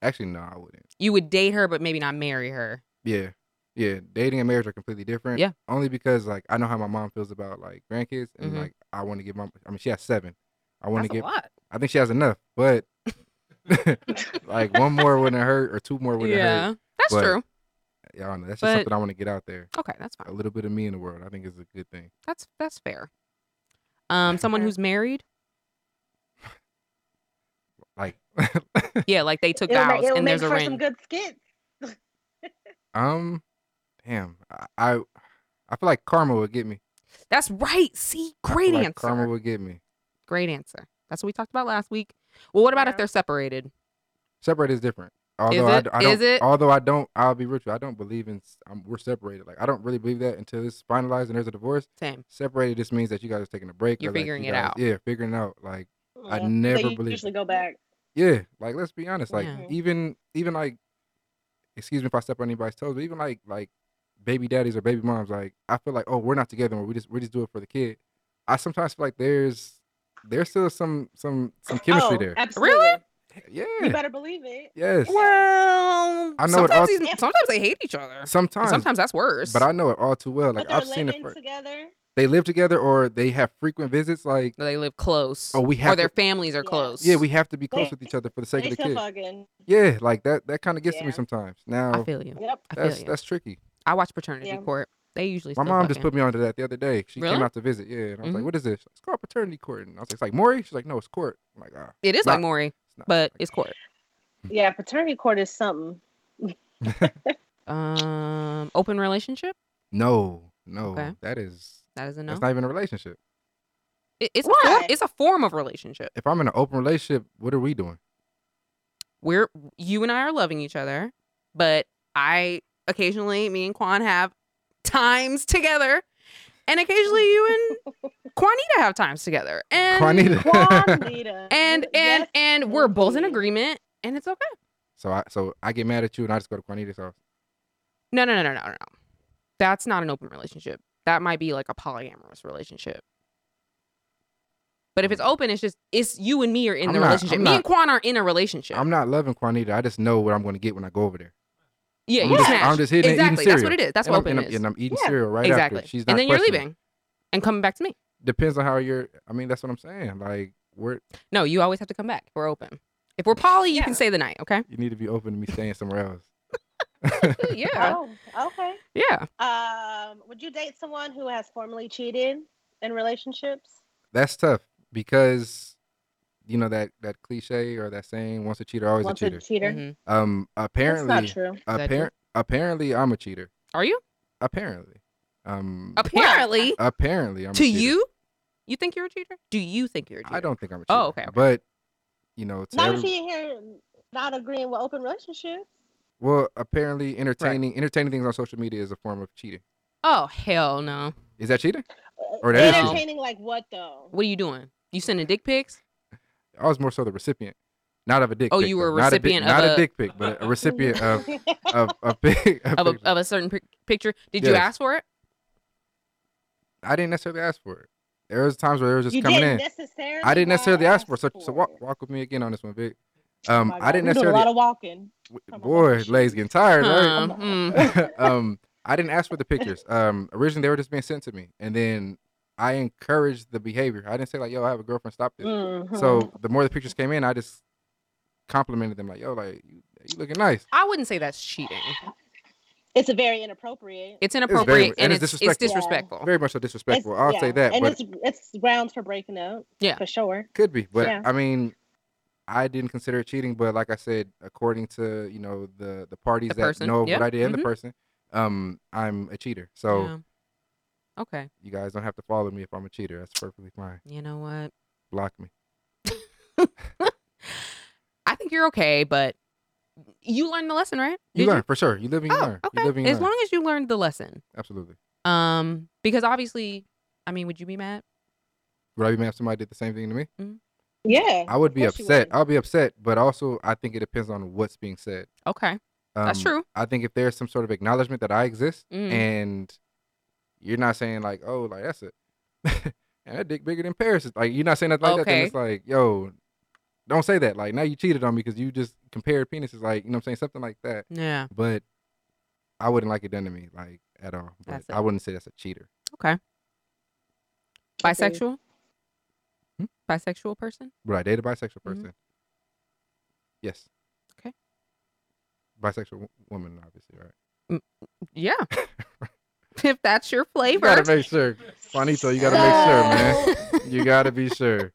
S3: Actually, no, I wouldn't.
S1: You would date her, but maybe not marry her.
S3: Yeah. Yeah. Dating and marriage are completely different.
S1: Yeah.
S3: Only because like I know how my mom feels about like grandkids and
S1: Mhm.
S3: like I want to give my I mean she has seven. I want to
S1: That's a
S3: give
S1: lot.
S3: I think she has enough, but like one more wouldn't hurt or two more wouldn't
S1: Yeah,
S3: hurt.
S1: that's
S3: but-
S1: true.
S3: Yeah, I don't know. That's just
S1: But-
S3: something I want to get out there.
S1: Okay, that's
S3: A
S1: fine.
S3: little bit of me in the world, I think is a good thing.
S1: That's that's fair. Um, someone
S2: Okay.
S1: who's married.
S3: Like,
S1: Yeah, like they took
S2: It'll,
S1: vows
S2: make, it'll
S1: and
S2: make
S1: there's a
S2: for some
S1: ring.
S2: good skits.
S3: um, damn, I, I, I feel like karma would get me.
S1: That's right. See,
S3: I feel
S1: great
S3: like
S1: answer.
S3: Karma would get me.
S1: Great answer. That's what we talked about last week. Well, what about if
S2: Yeah.
S1: they're separated?
S3: Separate is different. Although I
S1: it?
S3: d- I, don't,
S1: Is it?
S3: although I don't, I'll be real with you. I don't believe in s- um, we're separated. Like I don't really believe that until it's finalized and there's a divorce.
S1: Same.
S3: Separated just means that you guys are taking a break.
S1: You're
S3: or, like,
S1: figuring
S3: you
S1: it
S3: guys-
S1: out.
S3: Yeah, figuring it out. Like I
S2: Yeah.
S3: never
S2: they
S3: believed
S2: usually
S3: it.
S2: go back.
S3: Yeah, like let's be honest. Like
S1: Yeah.
S3: even even like, excuse me if I step on anybody's toes, but even like like baby daddies or baby moms, like I feel like oh we're not together, we just we just do it for the kid. I sometimes feel like there's there's still some some some chemistry
S2: oh,
S3: there.
S2: Absolutely.
S1: Really?
S2: You
S3: Yeah.
S2: better believe it.
S3: Yes.
S1: Well,
S3: I know it
S1: sometimes,
S3: all-
S1: these- sometimes they hate each other. And
S3: Sometimes.
S1: Sometimes that's worse.
S3: But I know it all too well. Like
S2: but they're
S3: I've seen it.
S2: living
S3: For,
S2: together.
S3: they live together or they have frequent visits. Like
S1: they live close.
S3: oh we have
S1: or their
S3: to,
S1: families are
S2: Yeah.
S1: close.
S3: yeah we have to be close
S2: They-
S3: with each other for the sake
S2: They
S3: of the
S2: still
S3: kid.
S2: fucking.
S3: Yeah, like that that kind of gets to me
S2: Yeah.
S3: sometimes. Now
S1: I feel you.
S2: Yep.
S1: I
S3: that's
S1: feel you.
S3: that's tricky.
S1: I watch Paternity
S2: Yeah.
S1: Court. They usually.
S3: My
S1: still
S3: mom just
S1: fucking-
S3: put me onto that the other day. She
S1: Really?
S3: came out to visit, yeah. And I was
S1: Mhm.
S3: like, "What is this?" It's called paternity court. And I was like, "It's like Maury." She's like, "No, it's court." I'm like, "Ah,
S1: It is
S3: Nah.
S1: like Maury,
S3: it's not."
S1: but it's court.
S2: Yeah, paternity court is something.
S1: Um, open relationship.
S3: no, no,
S1: Okay.
S3: that is
S1: That is a no.
S3: that's not even a relationship.
S1: It- it's a
S2: Why?
S1: form, it's a form of relationship.
S3: If I'm in an open relationship, what are we doing?
S1: We're you and I are loving each other, but I occasionally me and Quan have times together, and occasionally you and Juanita have times together. And
S3: Juanita.
S2: Juanita.
S1: and and
S2: Yes,
S1: and we're both in
S2: indeed.
S1: agreement, and it's okay.
S3: so I so I get mad at you and I just go to Juanita's house.
S1: No, no, no, no, no, no. That's not an open relationship. That might be like a polyamorous relationship. But if it's open, it's just it's you and me are in
S3: Mm. I'm
S1: the
S3: not-
S1: relationship.
S3: I'm
S1: me
S3: not-
S1: and Quan are in a relationship.
S3: I'm not loving Juanita. I just know what I'm going to get when I go over there.
S1: yeah,
S3: I'm
S1: you
S3: just,
S1: smash.
S3: I'm just hitting it,
S1: exactly.
S3: eating
S1: That's
S3: cereal.
S1: what it is. That's
S3: and
S1: what
S3: I'm,
S1: open
S3: and I'm,
S1: is.
S3: and I'm eating
S2: Yeah.
S3: cereal right
S1: exactly.
S3: after. She's not
S1: and then you're
S3: questioning.
S1: leaving, and coming back to me.
S3: Depends on how you're. I mean, that's what I'm saying. Like, we're
S1: No, you always have to come back. We're open. If we're poly, you
S2: Yeah.
S1: can stay the night. Okay.
S3: you need to be open to me staying somewhere else.
S1: yeah.
S2: Oh, okay.
S1: Yeah.
S2: Um, would you date someone who has formally cheated in relationships?
S3: That's tough because, you know that that cliche or that saying, "Once a cheater, always
S2: Once
S3: a cheater."
S1: Mhm.
S3: um,
S2: That's not
S3: apparently,
S2: true.
S1: that true?
S3: appar- apparently, I'm a cheater.
S1: Are you?
S3: Apparently, um,
S1: Apparently,
S3: apparently, I'm a
S1: to
S3: cheater.
S1: you, you think you're a cheater? Do you think you're a cheater?
S3: I don't think I'm a cheater.
S1: Oh, okay, okay.
S3: But you know, to
S2: Not
S3: every-
S2: if you here not agreeing with open relationships.
S3: well, apparently, entertaining entertaining things on social media is a form of cheating.
S1: Oh hell no.
S3: Is that cheating? Or that is
S2: Entertaining like what though?
S1: What are you doing? You sending dick pics?
S3: I was more so the recipient, not of a dick.
S1: Oh,
S3: pic,
S1: you
S3: though.
S1: were a
S3: Not
S1: recipient of
S3: dick, not
S1: a-
S3: a dick pic, but a recipient of of a pic. a
S1: of
S3: picture.
S1: a, of a certain pic picture. Did you
S3: Yes.
S1: ask for it?
S3: I didn't necessarily ask for it. There was times where it was just
S2: you
S3: coming
S2: didn't
S3: in.
S2: necessarily.
S3: I didn't necessarily ask for it. So, so
S2: it.
S3: walk, walk with me again on this one, Vic.
S2: Oh
S3: Um,
S2: my
S3: I
S2: God,
S3: didn't
S2: we doing a lot
S3: necessarily.
S2: of walking. of-
S3: Boy, legs getting tired, right?
S1: Um,
S2: Come
S1: mm.
S3: um, I didn't ask for the pictures. Um, originally they were just being sent to me, and then I encouraged the behavior. I didn't say like, "Yo, I have a girlfriend. Stop this."
S2: Mhm.
S3: So the more the pictures came in, I just complimented them like, "Yo, like you, you looking nice."
S1: I wouldn't say that's cheating.
S2: it's a very inappropriate.
S1: It's inappropriate
S3: and
S1: and,
S3: it's
S1: it's, it's
S2: disrespectful.
S1: disrespectful.
S3: Very much so disrespectful.
S2: It's-
S3: I'll
S2: yeah.
S3: say that,
S2: And
S3: but
S2: it's it's grounds for breaking up.
S1: Yeah.
S2: for sure.
S3: could be. But
S2: Yeah.
S3: I mean, I didn't consider it cheating. But like I said, according to you know the the parties
S1: The
S3: that
S1: person,
S3: know
S1: yeah,
S3: what I did and
S1: mhm.
S3: the person, um, I'm a cheater. So
S1: Yeah. Okay,
S3: you guys don't have to follow me if I'm a cheater. That's perfectly fine.
S1: you know what?
S3: Block me.
S1: I think you're okay, but you learned the lesson, right?
S3: You
S1: Did
S3: learn for sure. You live and you
S1: Oh,
S3: learn.
S1: okay.
S3: You live and you
S1: As
S3: learn.
S1: long as you learned the lesson,
S3: Absolutely.
S1: um, because obviously, I mean, would you be mad?
S3: Would I be mad if somebody did the same thing to me?
S2: Yeah,
S3: I would be
S2: course you
S3: upset.
S2: would.
S3: I'll be upset, but also I think it depends on what's being said.
S1: Okay,
S3: Um,
S1: that's true.
S3: I think if there's some sort of acknowledgement that I exist
S1: Mm.
S3: and you're not saying like, oh, like that's it. and that dick bigger than Paris. Like you're not saying nothing like that. Then
S1: Okay.
S3: it's like, yo, don't say that. Like now you cheated on me because you just compared penises. Like you know what I'm saying, something like that.
S1: Yeah.
S3: But I wouldn't like it done to me like at all. But
S1: That's it.
S3: I wouldn't say that's a cheater.
S1: Bisexual.
S3: Hmm?
S1: Bisexual person.
S3: Would I date a bisexual person? Yes.
S1: Mm-hmm. Okay.
S3: Bisexual w- woman, obviously, right?
S1: Yeah. if that's your
S3: You
S1: flavor.
S3: gotta make sure, Juanito. You gotta make
S2: So-
S3: sure, man. You gotta be sure.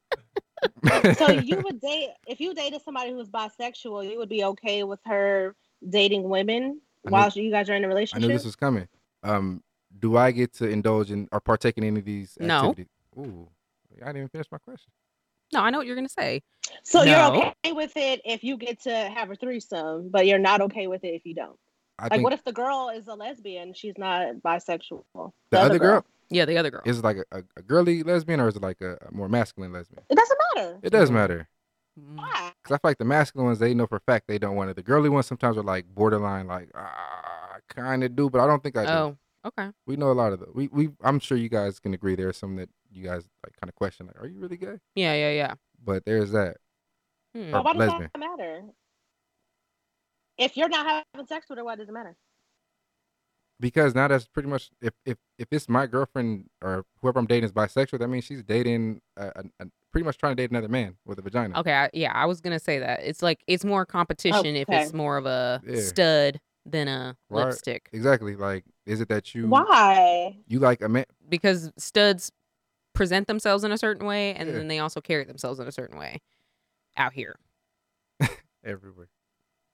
S2: so you would date if you dated somebody who was bisexual, you would be okay with her dating women
S3: I knew-
S2: while you guys are in a
S3: I
S2: relationship.
S3: knew this was coming. Um, do I get to indulge in or partake in any of these
S1: No.
S3: activities? Ooh, I didn't even finish my question.
S1: no, I know what you're gonna say.
S2: so you're
S1: No.
S2: okay with it if you get to have a threesome, but you're not okay with it if you don't.
S3: I
S2: like,
S3: think
S2: what if the girl is a lesbian? She's not bisexual. The,
S3: the other girl,
S1: Yeah, the other girl.
S3: is it like a, a, a girly lesbian or is it like a, a more masculine lesbian?
S2: It doesn't matter.
S3: It does
S1: Mm.
S3: matter.
S1: Mm.
S2: Why?
S3: Cause I feel like the masculine ones, they know for a fact they don't want it. The girly ones sometimes are like borderline, like ah, kind of do, but I don't think I do.
S1: Oh, okay.
S3: We know a lot of the. We we. I'm sure you guys can agree. There's some that you guys like kind of question, like, are you really gay?
S1: Yeah, yeah, yeah.
S3: But there's that.
S1: Hmm.
S3: Or
S2: Why does
S3: lesbian.
S2: that matter? If you're not having sex with her, why does it matter?
S3: because now that's pretty much if if if it's my girlfriend or whoever I'm dating is bisexual, that means she's dating a, a, a- pretty much trying to date another man with a vagina.
S1: Okay, I, yeah, I was gonna say that. It's like it's more competition if it's
S2: Okay.
S1: more of a
S3: Yeah.
S1: stud than a
S3: Right.
S1: lipstick
S3: Exactly. Like, is it that you
S2: Why?
S3: you like a man?
S1: because studs present themselves in a certain way and
S3: Yeah.
S1: then they also carry themselves in a certain way out here.
S3: everywhere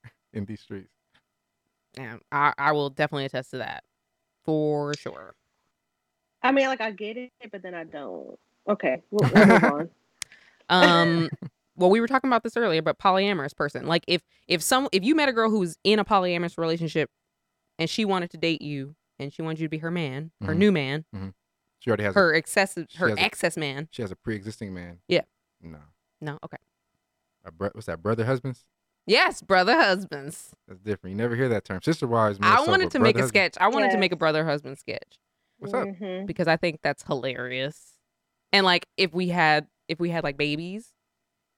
S3: in these streets?
S1: And I, I will definitely attest to that for sure.
S2: I mean, like I get it, but then I don't. Okay, we'll, we'll move on.
S1: Um, well, we were talking about this earlier, but polyamorous person. Like if if some if you met a girl who's in a polyamorous relationship and she wanted to date you and she wanted you to be her man, her
S3: Mhm.
S1: new man,
S3: She already has a,
S1: her excessive,
S3: she
S1: her
S3: has a-
S1: excess man.
S3: she has a pre-existing man.
S1: Yeah.
S3: No.
S1: No, okay.
S3: A bro- what's that? Brother husbands?
S1: Yes, brother husbands.
S3: That's different. You never hear that term. Sister wives.
S1: I wanted to make a
S3: sketch.
S1: sketch. I wanted to
S2: Yes.
S1: make a brother husband sketch
S3: What's up?
S2: Mhm.
S1: because I think that's hilarious. And like if we had if we had like babies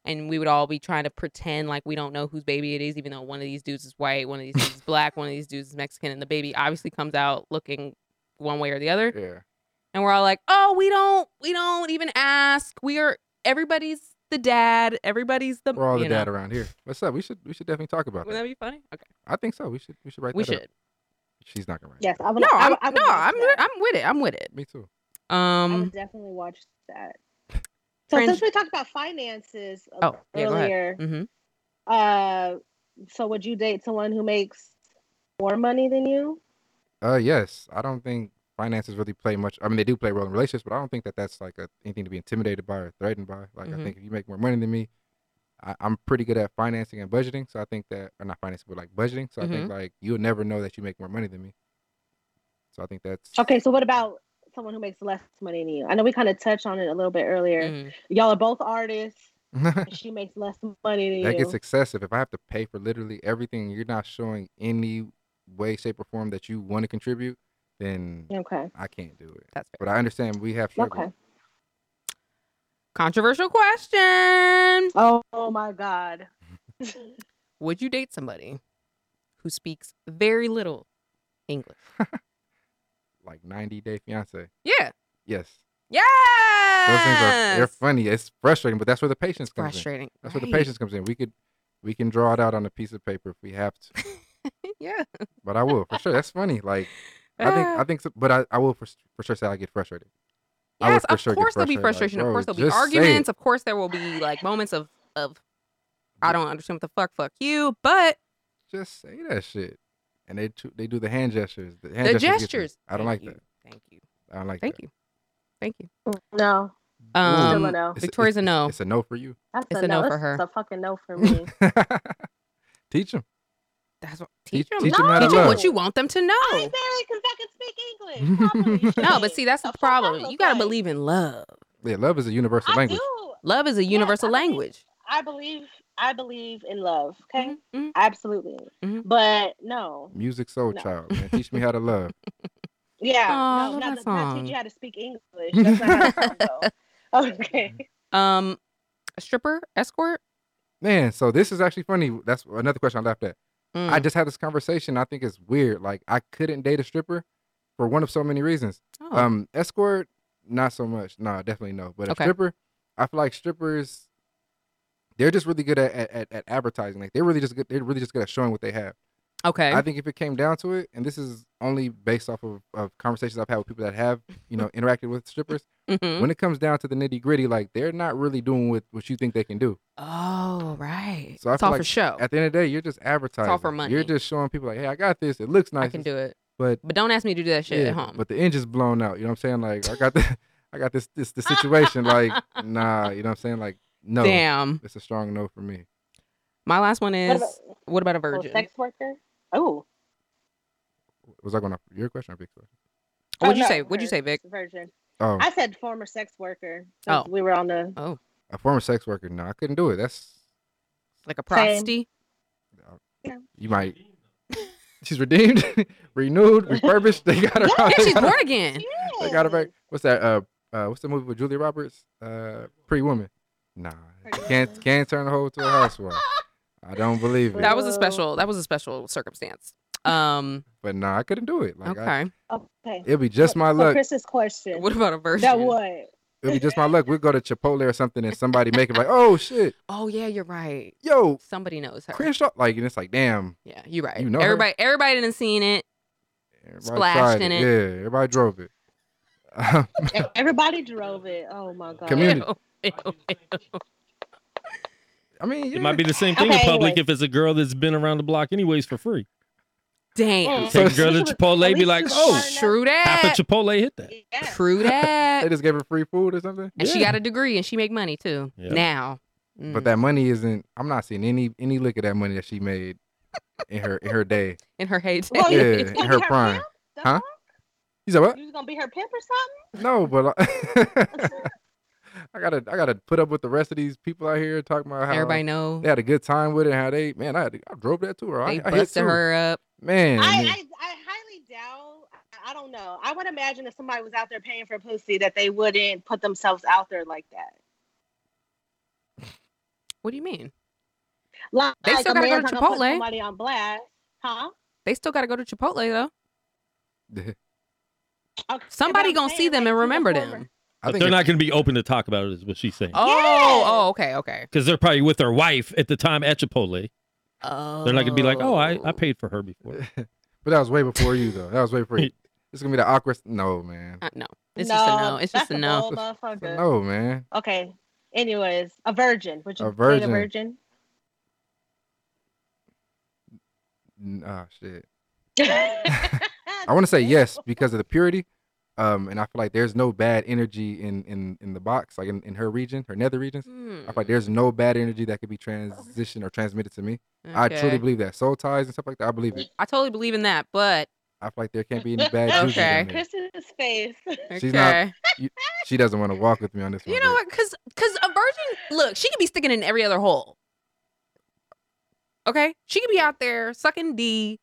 S1: and we would all be trying to pretend like we don't know whose baby it is, even though one of these dudes is white, one of these dudes is black, one of these dudes is Mexican, and the baby obviously comes out looking one way or the other.
S3: Yeah.
S1: and we're all like, "Oh, we don't, we don't even ask. We are everybody's the dad. Everybody's the
S3: We're all the
S1: you know."
S3: dad around here. What's up? We should we should definitely talk about
S1: Wouldn't that
S3: that.
S1: be funny? Okay,
S3: I think so. We should we should write
S1: we
S3: that up.
S1: should.
S3: She's not gonna write.
S2: Yes, I would.
S1: No,
S2: I
S1: I'm,
S2: would- I would
S1: no,
S2: watch
S1: I'm,
S2: that.
S1: I'm with it. I'm with it.
S3: it. Me too.
S2: I
S1: Um,
S2: would definitely watch that. So
S1: Friends-
S2: since we talked about finances uh,
S1: Oh, yeah, go ahead.
S2: earlier,
S1: mhm.
S2: uh, so would you date someone who makes more money than you?
S3: Uh, yes. I don't think finances really play much. I mean, they do play a role in relationships, but I don't think that that's like a, anything to be intimidated by or threatened by. Like,
S2: Mm-hmm.
S1: Mhm.
S3: I think if you make more money than me, I, I'm pretty good at financing and budgeting. So I think that, or not financing, but like budgeting. So I
S2: Mm-hmm.
S3: think like you'll never know that you make more money than me. So I think that's
S2: Okay, so what about someone who makes less money than you? I know we kind of touched on it a little bit earlier.
S1: Mhm.
S2: Y'all are both artists.
S3: that
S2: and She makes less money than you.
S3: gets excessive. If I have to pay for literally everything, you're not showing any way, shape, or form that you want to contribute, then
S2: okay.
S3: I can't do it.
S1: That's fair.
S3: But I understand we have struggles.
S2: Okay.
S1: Controversial question:
S2: Oh, oh my God.
S1: Would you date somebody who speaks very little English?
S3: like 90 Day Fiance.
S1: Yeah.
S3: Yes.
S1: Yes.
S3: Those things are they're funny. It's frustrating, but that's where the patience comes in.
S1: frustrating.
S3: That's where the
S1: Right.
S3: patience comes in. We could we can draw it out on a piece of paper if we have to.
S1: yeah.
S3: But I will for sure. That's funny. Like I think I think so, but I, I will for, s- for sure say I get frustrated. I would
S1: Yes,
S3: for
S1: of
S3: sure get
S1: course there'll be frustration.
S3: frustrated, like,
S1: of
S3: bro,
S1: course there'll be
S3: just say it.
S1: arguments. Of course there will be like moments of of I don't understand what the fuck, fuck you. But
S3: Just say that shit. And they too, they do the hand gestures. The, hand
S1: the
S3: gestures get me.
S1: gestures.
S3: I don't
S1: Thank
S3: like
S1: you.
S3: that.
S1: Thank you.
S3: I don't like
S1: Thank
S3: that.
S1: you. Thank you.
S2: No,
S3: Ooh.
S1: Um,
S2: still a no.
S3: It's
S1: Victoria's a
S3: it's-
S1: no.
S3: It's a no for you.
S2: That's
S1: it's a no for her.
S2: It's a fucking no for me.
S3: Teach them.
S1: That's what teach
S3: Teach-
S1: them.
S3: teach
S1: Teach
S2: 'em how to
S1: them
S2: love.
S1: what you want them to
S2: I ain't
S3: Oh.
S1: know.
S2: married because I can speak English. properly.
S1: No, but see that's the
S2: fuck I
S1: problem.
S2: look
S1: You gotta
S2: like.
S1: believe in love.
S3: Yeah, love is a universal
S2: I
S3: language.
S2: do.
S1: Love is a universal
S2: I believe-
S1: language.
S2: I believe. I believe in love. Okay,
S1: Mhm, mhm.
S2: absolutely.
S1: Mhm.
S2: But no,
S3: Music soul
S2: No.
S3: child, man. Teach me how to love.
S2: yeah,
S1: Aw, I
S2: no,
S1: love
S2: not,
S1: that
S2: not teach
S1: song.
S2: you how to speak English. That's not how it sounds, though. Okay.
S1: Um a stripper, escort?
S3: Man, so this is actually funny. That's another question I laughed at.
S1: Mm.
S3: I just had this conversation. I think it's weird. Like I couldn't date a stripper for one of so many reasons.
S1: Oh,
S3: Um, escort, not so much. No, definitely no. But a
S1: Okay.
S3: stripper, I feel like strippers, they're just really good at, at, at, at advertising. Like they're really just good. They're really just good at showing what they have.
S1: okay.
S3: I think if it came down to it, and this is only based off of, of conversations I've had with people that have, you know, interacted with strippers.
S1: Mhm.
S3: When it comes down to the nitty gritty, like they're not really doing what, what you think they can do.
S1: Oh, right.
S3: So I
S1: it's
S3: feel
S1: all for
S3: like
S1: show.
S3: At the end of the day, you're just advertising.
S1: for
S3: You're
S1: money.
S3: just showing people like, hey, I got this. It looks nice.
S1: I can do it.
S3: But
S1: But don't ask me to do that shit
S3: yeah,
S1: at home.
S3: But the engine's blown out. You know what I'm saying? Like I got the, I got this this the situation. Like nah. You know what I'm saying? Like no.
S1: Damn.
S3: It's a strong no for me.
S1: My last one is
S2: What
S1: what
S2: about-
S1: about, a
S2: Well,
S1: virgin?
S2: sex worker. Oh,
S3: Was I going off your question or big question?
S1: Or what'd
S2: oh,
S1: you
S2: no,
S1: say? What'd you say, Vic?
S2: Virgin.
S3: Oh,
S2: I said former sex worker.
S1: Oh.
S2: since we were on the.
S3: a former sex worker. No, I couldn't do it. That's
S1: Like a
S2: Same.
S1: prosti?
S3: you might. She's redeemed, renewed, refurbished. They got her.
S1: Yeah,
S3: they
S1: she's
S3: got her-
S1: born again.
S3: They got her
S1: Oh.
S3: back. What's that? Uh, uh what's the movie with Julia Roberts? Uh, Pretty Woman. Nah,
S2: Pretty Woman.
S3: can't can't turn a hoe to a housewife. I don't believe it.
S1: That was a
S2: Whoa.
S1: special. That was a special circumstance. Um.
S3: But nah, I couldn't do it. Like, I,
S1: Okay.
S2: Okay.
S3: it'll be just my
S2: So
S3: luck.
S2: Chris's question.
S1: What about a virgin?
S2: That what?
S3: It'll be just my luck. We'll go to Chipotle or something, and somebody make it like, oh shit,
S1: Oh yeah, you're right.
S3: yo,
S1: Somebody knows her.
S3: Crenshaw. Like, and it's like, damn.
S1: Yeah, you're right.
S3: You know her?
S1: everybody. Everybody didn't seen it.
S3: Everybody
S1: Splashed
S3: tried
S1: in it.
S3: Yeah, everybody drove it.
S2: E- Everybody drove it. Oh my god.
S3: Community.
S1: Ew, ew, ew.
S3: I mean, yeah.
S4: It might be the same thing in
S2: Okay,
S4: public
S2: anyway.
S4: if it's a girl that's been around the block anyways for free.
S1: Damn.
S2: Mm.
S4: Take a
S3: So-
S2: At
S4: girl to
S2: least
S4: Chipotle, be
S2: you
S4: like,
S2: was
S4: oh,
S2: smart.
S1: True
S4: half
S1: that.
S4: a Chipotle hit that.
S2: Yeah.
S1: True that.
S3: They just gave her free food or something.
S1: And she
S4: Yeah.
S1: got a degree and she make money too.
S4: Yeah.
S1: Now. Mm.
S3: But that money isn't. I'm not seeing any any lick of that money that she made in her in her day.
S1: in her heyday.
S2: Well,
S3: Oh, Yeah,
S2: you-
S3: in
S2: it's gonna be
S3: her
S2: her
S3: prime.
S2: pimp? That's
S3: Huh? You said what?
S2: all? You was gonna be her pimp or something?
S3: No, but I, I gotta I gotta put up with the rest of these people out here talking about how
S1: Everybody know
S3: they had a good time with it. How they man, I had to- I drove that tour. I,
S1: they
S3: I hit
S1: busted
S3: too.
S1: her up.
S3: Man,
S2: I,
S3: man.
S2: I I highly doubt. I don't know. I would imagine if somebody was out there paying for pussy that they wouldn't put themselves out there like that.
S1: What do you mean?
S2: Like,
S1: They still
S2: a
S1: gotta go
S2: man's
S1: to
S2: not gonna put
S1: Chipotle.
S2: Somebody on blast, huh?
S1: They still got to go to Chipotle though.
S2: Okay, but
S1: Somebody
S2: I'm
S1: gonna see
S2: saying,
S1: them
S2: like,
S1: and
S2: she's a
S1: remember
S2: former-
S1: them.
S3: I
S4: But
S3: think
S4: they're
S3: if-
S4: not going to be open to talk about it, is what she's saying.
S1: Oh,
S2: Yes.
S1: oh, okay, okay.
S4: Because they're probably with their wife at the time at Chipotle.
S1: Oh.
S4: They're not going to be like, oh, I, I paid for her before.
S3: but that was way before you though. That was way before you. It's gonna be the awkward. No, man.
S1: Uh, no, it's just a no. It's
S2: that's
S1: just a no.
S2: bold motherfucker.
S3: No, man.
S2: Okay. Anyways, a virgin. Would you
S3: A
S2: date
S3: virgin.
S2: a virgin?
S3: Nah, ah, shit. I
S2: I
S3: want to say yes because of the purity. Um, and I feel like there's no bad energy in in in the box, like in, in her region, her nether regions.
S1: Hmm,
S3: I feel like there's no bad energy that could be transitioned or transmitted to me. I truly
S1: Okay.
S3: believe that soul ties and stuff like that. I believe it.
S1: I totally believe in that, but
S3: I feel like there can't be any bad juju
S1: Okay.
S3: in there.
S2: Chris's face.
S1: okay.
S3: She's not- She doesn't want to walk with me on this one.
S1: you know
S3: dude.
S1: what? Because because a virgin, look, she could be sticking in every other hole. Okay, she could be out there sucking D,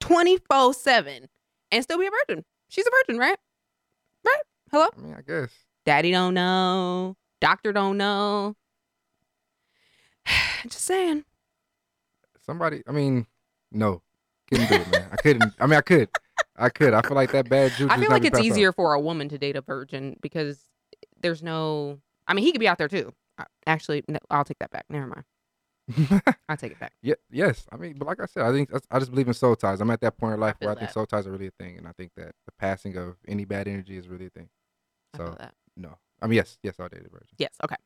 S1: twenty four seven, and still be a virgin. She's a virgin, right? Right? Hello,
S3: I mean, I guess.
S1: daddy don't know, doctor don't know. Just saying.
S3: Somebody, I mean, no. Couldn't do it, man. I couldn't. I mean, I could. I could. I feel like that bad juju.
S1: I feel like it's easier for a woman to date a virgin because there's no. I mean, he could be out there too. Uh, Actually, no, I'll take that back. Never mind. I'll take it back.
S3: Yeah, yes. I mean, but like I said, I think that's- I just believe in soul ties. I'm at that point in life where I
S1: feel
S3: think
S1: that.
S3: soul ties are really a thing, and I think that the passing of any bad energy is really a thing.
S1: I
S3: So
S1: feel that.
S3: no, I mean yes, yes, I dated virgin.
S1: Yes. Okay.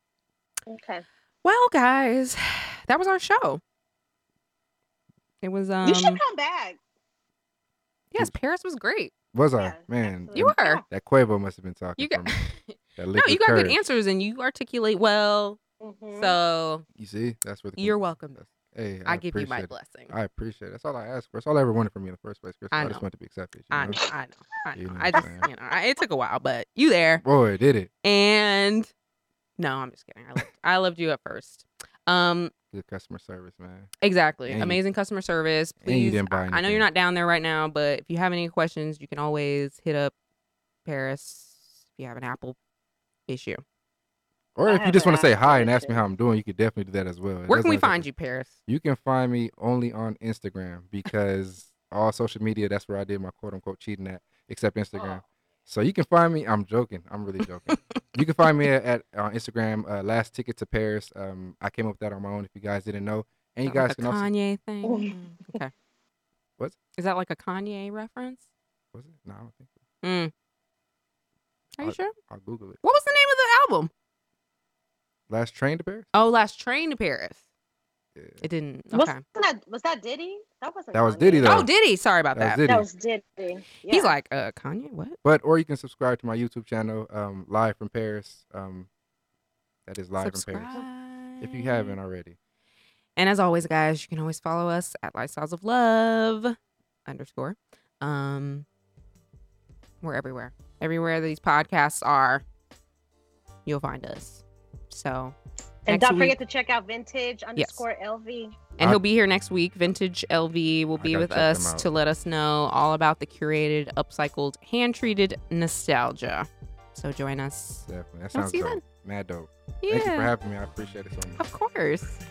S2: okay.
S1: Well, guys, that was our show. It was um
S2: you should come back.
S1: yes, Paris was great.
S3: Was I
S2: Yeah,
S3: man?
S2: absolutely.
S1: You
S3: that-
S1: were.
S3: That Quavo must have been talking.
S1: You got-
S3: for me. That
S1: No,
S3: liquid
S1: you got good
S3: courage.
S1: answers and you articulate well.
S2: Mhm.
S1: So
S3: Mm-hmm. You see, that's where the
S1: You're
S3: com-
S1: welcome.
S3: that's- Hey, I,
S1: I, give you my
S3: appreciate it.
S1: blessing.
S3: I appreciate it. That's all I asked for. That's all I ever wanted from you in the first place, Chris.
S1: I
S3: I, just
S1: know.
S3: want to be accepted. You
S1: I
S3: know?
S1: know, I know, I know.
S3: You know what
S1: I
S3: I'm
S1: just,
S3: saying.
S1: you know, I, it took a while, but you there.
S3: Boy, did it!
S1: And no, I'm just kidding. I loved, I loved you at first. Um,
S3: Good customer service, man.
S1: exactly.
S3: And you-
S1: Amazing customer service.
S3: And
S1: Please,
S3: you didn't buy
S1: I know you're
S3: anything.
S1: not down there right now, but if you have any questions, you can always hit up Paris if you have an Apple issue.
S3: Or
S2: I
S3: if you
S2: have
S3: just
S2: an
S3: want to say
S2: app
S3: hi
S2: for
S3: and
S2: that
S3: ask me
S2: shit.
S3: how I'm doing, you could definitely do that as well. It
S1: Where
S3: doesn't
S1: can we
S3: have to-
S1: find you, Paris?
S3: You can find me only on Instagram because all social media, that's where I did my quote unquote cheating at, except
S1: Oh.
S3: Instagram.
S2: Oh,
S3: So you can find me. I'm joking. I'm really joking. you can find me at, at on Instagram, uh, Last Ticket to Paris. Um, I came up with that on my own if you guys didn't know. And you
S1: Is that
S3: guys
S1: like
S3: can
S1: a
S3: also.
S1: Kanye thing.
S2: Oh.
S1: Mm, okay.
S3: What?
S1: Is that like a Kanye reference?
S3: Was it? No, I don't think so.
S1: Mm. Are you
S3: Uh,
S1: sure?
S3: I'll Google it.
S1: What was the name of the album?
S3: Last Train to Paris?
S1: Oh, Last Train to Paris.
S3: Yeah.
S1: It didn't.
S2: Was
S1: Okay.
S2: that was that Diddy? That wasn't.
S3: That was
S2: Kanye.
S3: Diddy, though.
S1: Oh, Diddy. Sorry about that.
S3: That was Diddy.
S2: That was Diddy. Yeah.
S1: He's like, uh, Kanye. What?
S3: But, or you can subscribe to my YouTube channel, um, Live from Paris. Um, that is Live from Paris.
S1: Subscribe.
S3: If you haven't already.
S1: And as always, guys, you can always follow us at Lifestyles of Love underscore. Um, we're everywhere. Everywhere these podcasts are, you'll find us. So,
S2: and
S1: next
S2: don't
S1: week-
S2: forget to check out vintage underscore LV.
S1: And
S3: I-
S1: he'll be here next week. Vintage LV will
S3: I
S1: be
S3: gotta
S1: with
S3: check them
S1: us
S3: out.
S1: to let us know all about the curated, upcycled, hand treated nostalgia. So join us.
S3: Definitely. That
S1: We'll
S3: sounds
S1: see you
S3: dope.
S1: then.
S3: Mad dope.
S1: Yeah.
S3: Thank you for having me. I appreciate it so much.
S1: of course.